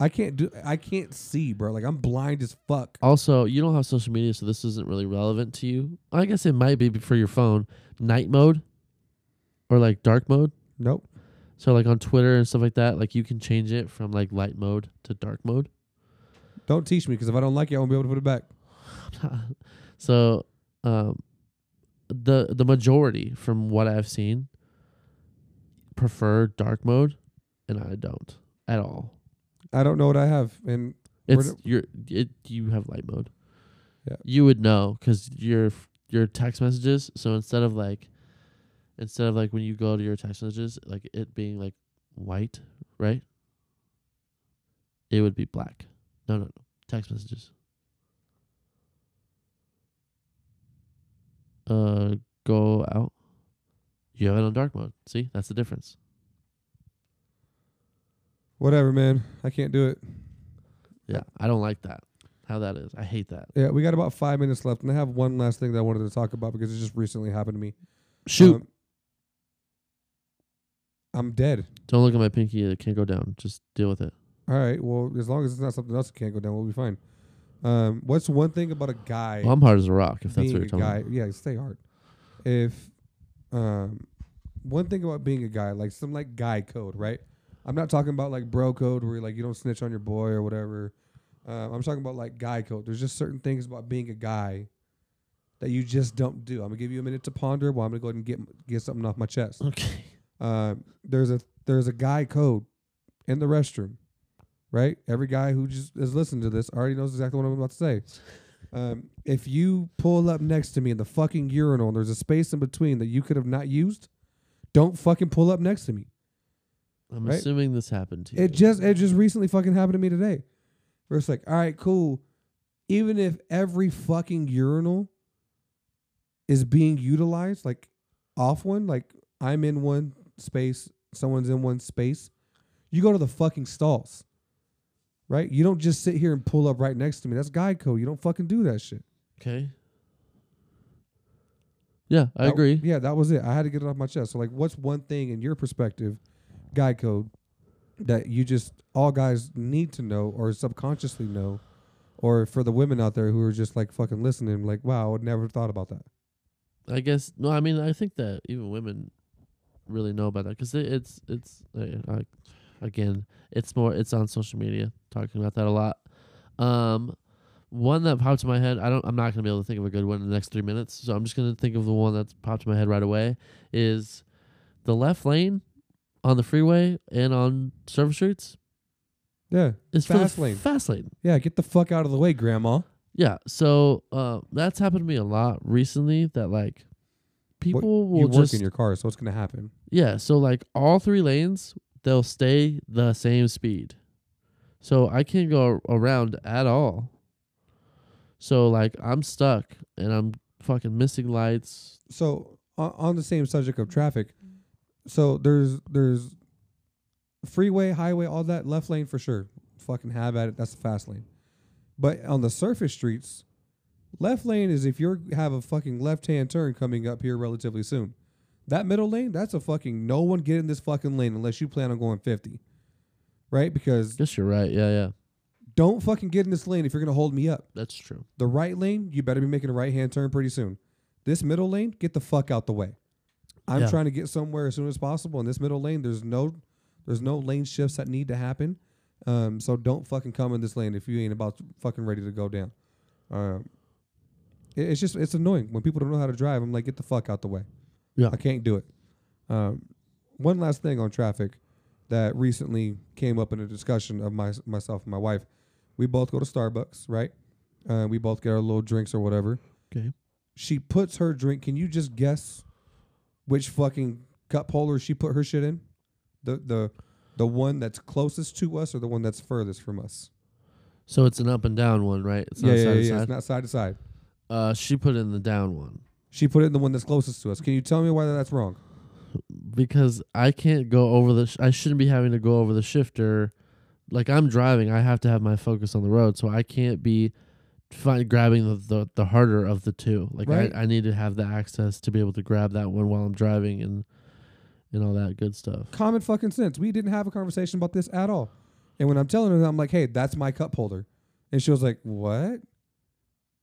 [SPEAKER 1] I can't do I can't see, bro. Like I'm blind as fuck.
[SPEAKER 2] Also, you don't have social media, so this isn't really relevant to you. I guess it might be for your phone. Night mode, or like dark mode.
[SPEAKER 1] Nope.
[SPEAKER 2] So like on Twitter and stuff like that, like you can change it from like light mode to dark mode.
[SPEAKER 1] Don't teach me because if I don't like it, I won't be able to put it back.
[SPEAKER 2] so um the the majority from what I've seen prefer dark mode and I don't at all.
[SPEAKER 1] I don't know what I have, and Where
[SPEAKER 2] It's your it. You have light mode.
[SPEAKER 1] Yeah.
[SPEAKER 2] You would know because your your text messages. So instead of like, instead of like when you go to your text messages, like it being like white, right? It would be black. No, no, no. Text messages. Uh, go out. You have it on dark mode. See, that's the difference.
[SPEAKER 1] whatever, man. I can't do it.
[SPEAKER 2] Yeah, I don't like that. How that is, I hate that.
[SPEAKER 1] Yeah, we got about five minutes left, and I have one last thing that I wanted to talk about because it just recently happened to me.
[SPEAKER 2] Shoot.
[SPEAKER 1] Um, I'm dead.
[SPEAKER 2] Don't look at my pinky. It can't go down. Just deal with it.
[SPEAKER 1] All right. Well, as long as it's not something else that can't go down, we'll be fine. Um, what's one thing about a guy
[SPEAKER 2] Well, I'm hard as a rock. If that's
[SPEAKER 1] being
[SPEAKER 2] what you're
[SPEAKER 1] a
[SPEAKER 2] talking
[SPEAKER 1] guy?
[SPEAKER 2] about. [laughs]
[SPEAKER 1] Yeah, stay hard. If um, one thing about being a guy, like some like guy code, right? I'm not talking about like bro code where like you don't snitch on your boy or whatever. Um, I'm talking about like guy code. There's just certain things about being a guy that you just don't do. I'm gonna give you a minute to ponder. Well, I'm gonna go ahead and get get something off my chest.
[SPEAKER 2] Okay.
[SPEAKER 1] Um, there's a there's a guy code in the restroom, right? Every guy who just is listening to this already knows exactly what I'm about to say. Um, if you pull up next to me in the fucking urinal and there's a space in between that you could have not used, don't fucking pull up next to me.
[SPEAKER 2] I'm
[SPEAKER 1] Right.
[SPEAKER 2] assuming this happened to you.
[SPEAKER 1] It just it just recently fucking happened to me today. Where it's like, all right, cool. Even if every fucking urinal is being utilized, like off one, like I'm in one space, someone's in one space, you go to the fucking stalls. Right? You don't just sit here and pull up right next to me. That's guy code. You don't fucking do that shit.
[SPEAKER 2] okay. Yeah, I
[SPEAKER 1] That-
[SPEAKER 2] agree.
[SPEAKER 1] Yeah, that was it. I had to get it off my chest. So like what's one thing in your perspective, guy code, that you just all guys need to know or subconsciously know, or for the women out there who are just like fucking listening, like, wow, I would never thought about that.
[SPEAKER 2] I guess no. I mean, I think that even women really know about that because it, it's it's uh, I, again, it's more it's on social media talking about that a lot. Um, one that popped in my head. I don't. I'm not gonna be able to think of a good one in the next three minutes. So I'm just gonna think of the one that's popped in my head right away. Is the left lane on the freeway and on service streets
[SPEAKER 1] Yeah.
[SPEAKER 2] is
[SPEAKER 1] Fast
[SPEAKER 2] for the
[SPEAKER 1] lane.
[SPEAKER 2] Fast lane.
[SPEAKER 1] Yeah, get the fuck out of the way, grandma.
[SPEAKER 2] Yeah. So uh, that's happened to me a lot recently. That like people will
[SPEAKER 1] you work
[SPEAKER 2] just
[SPEAKER 1] in your car, so it's gonna happen.
[SPEAKER 2] Yeah, so like all three lanes, they'll stay the same speed. So I can't go ar- around at all. So like I'm stuck and I'm fucking missing lights.
[SPEAKER 1] So on, on the same subject of traffic, so there's there's freeway, highway, all that left lane for sure. Fucking have at it. That's the fast lane. But on the surface streets, left lane is if you have a fucking left hand turn coming up here relatively soon. That middle lane, that's a fucking no one get in this fucking lane unless you plan on going fifty, right? Because
[SPEAKER 2] Guess you're right. Yeah, yeah.
[SPEAKER 1] don't fucking get in this lane if you're gonna hold me up.
[SPEAKER 2] That's true.
[SPEAKER 1] The right lane, you better be making a right hand turn pretty soon. This middle lane, get the fuck out the way. I'm
[SPEAKER 2] Yeah.
[SPEAKER 1] trying to get somewhere as soon as possible. In this middle lane, there's no there's no lane shifts that need to happen. Um, so don't fucking come in this lane if you ain't about to fucking ready to go down. Um, it- it's just it's annoying when people don't know how to drive. I'm like, get the fuck out the way.
[SPEAKER 2] Yeah.
[SPEAKER 1] I can't do it. Um, one last thing on traffic that recently came up in a discussion of my myself and my wife. We both go to Starbucks, right? Uh, we both get our little drinks or whatever.
[SPEAKER 2] Okay.
[SPEAKER 1] She puts her drink. Can you just guess which fucking cup holder she put her shit in? The the the one that's closest to us or the one that's furthest from us?
[SPEAKER 2] So it's an up and down one, right? It's not
[SPEAKER 1] yeah, yeah,
[SPEAKER 2] side
[SPEAKER 1] yeah.
[SPEAKER 2] to
[SPEAKER 1] It's
[SPEAKER 2] side.
[SPEAKER 1] not side to side.
[SPEAKER 2] Uh, she put in the down one
[SPEAKER 1] She put it in the one that's closest to us. Can you tell me why that's wrong?
[SPEAKER 2] because I can't go over the. Sh- I shouldn't be having to go over the shifter. Like I'm driving, I have to have my focus on the road, so I can't be fi- grabbing the, the the harder of the two. Like
[SPEAKER 1] Right.
[SPEAKER 2] I, I need to have the access to be able to grab that one while I'm driving and and all that good stuff.
[SPEAKER 1] common fucking sense. We didn't have a conversation about this at all. And when I'm telling her, that, I'm like, hey, that's my cup holder. And she was like, what? I'm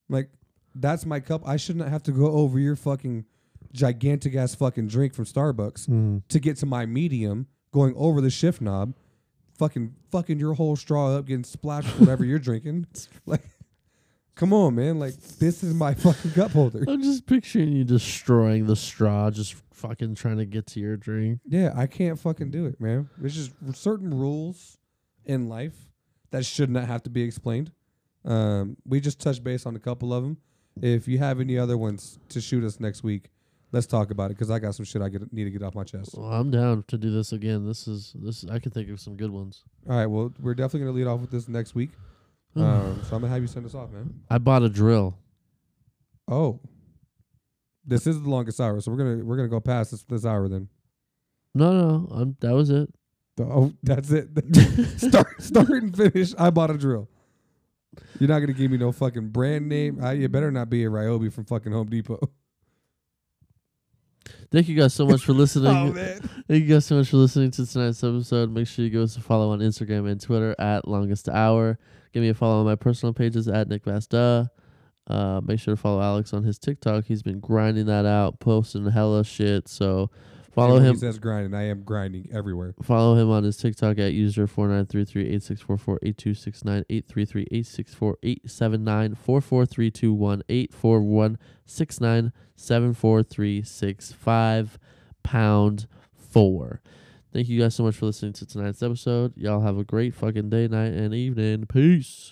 [SPEAKER 1] like, that's my cup. I should not have to go over your fucking gigantic ass fucking drink from Starbucks to get to my medium, going over the shift knob, fucking fucking your whole straw up, getting splashed with whatever you're drinking. Like, come on, man. Like, this is my [laughs] fucking cup holder.
[SPEAKER 2] I'm just picturing you destroying the straw, just fucking trying to get to your drink.
[SPEAKER 1] Yeah, I can't fucking do it, man. There's just r- certain rules in life that should not have to be explained. Um, we just touched base on a couple of them. If you have any other ones to shoot us next week, let's talk about it because I got some shit I get, need to get off my chest.
[SPEAKER 2] Well, Oh, I'm down to do this again. This is this. I can think of some good ones.
[SPEAKER 1] All right, well, we're definitely going to lead off with this next week. Um, so I'm going to have you send us off, man.
[SPEAKER 2] I bought a drill.
[SPEAKER 1] Oh. This is the longest hour, so we're gonna we're gonna go past this this hour then.
[SPEAKER 2] No, no, I'm, that was it.
[SPEAKER 1] Oh, [laughs] that's it. start start and finish. I bought a drill. You're not gonna give me no fucking brand name. I, you better not be a Ryobi from fucking Home
[SPEAKER 2] [laughs]
[SPEAKER 1] Depot.
[SPEAKER 2] Thank you guys so
[SPEAKER 1] [laughs]
[SPEAKER 2] much for listening.
[SPEAKER 1] Oh man.
[SPEAKER 2] Thank you guys so much for listening to tonight's episode. Make sure you give us a follow on Instagram and Twitter at longest hour. Give me a follow on my personal pages at Nick Vasta. Uh, make sure to follow Alex on his TikTok. He's been grinding that out, posting hella shit. So follow
[SPEAKER 1] He
[SPEAKER 2] him.
[SPEAKER 1] says grinding. I am grinding everywhere.
[SPEAKER 2] Follow him on his TikTok at user four nine three three eight six four four eight two six nine eight three three eight six four eight seven nine four four three two one eight four one six nine seven four three six five pound four. Thank you guys so much for listening to tonight's episode. Y'all have a great fucking day, night, and evening. Peace.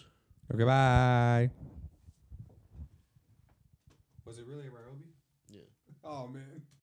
[SPEAKER 1] Okay, bye. Was it really a Ryobi?
[SPEAKER 2] Yeah.
[SPEAKER 1] Oh man.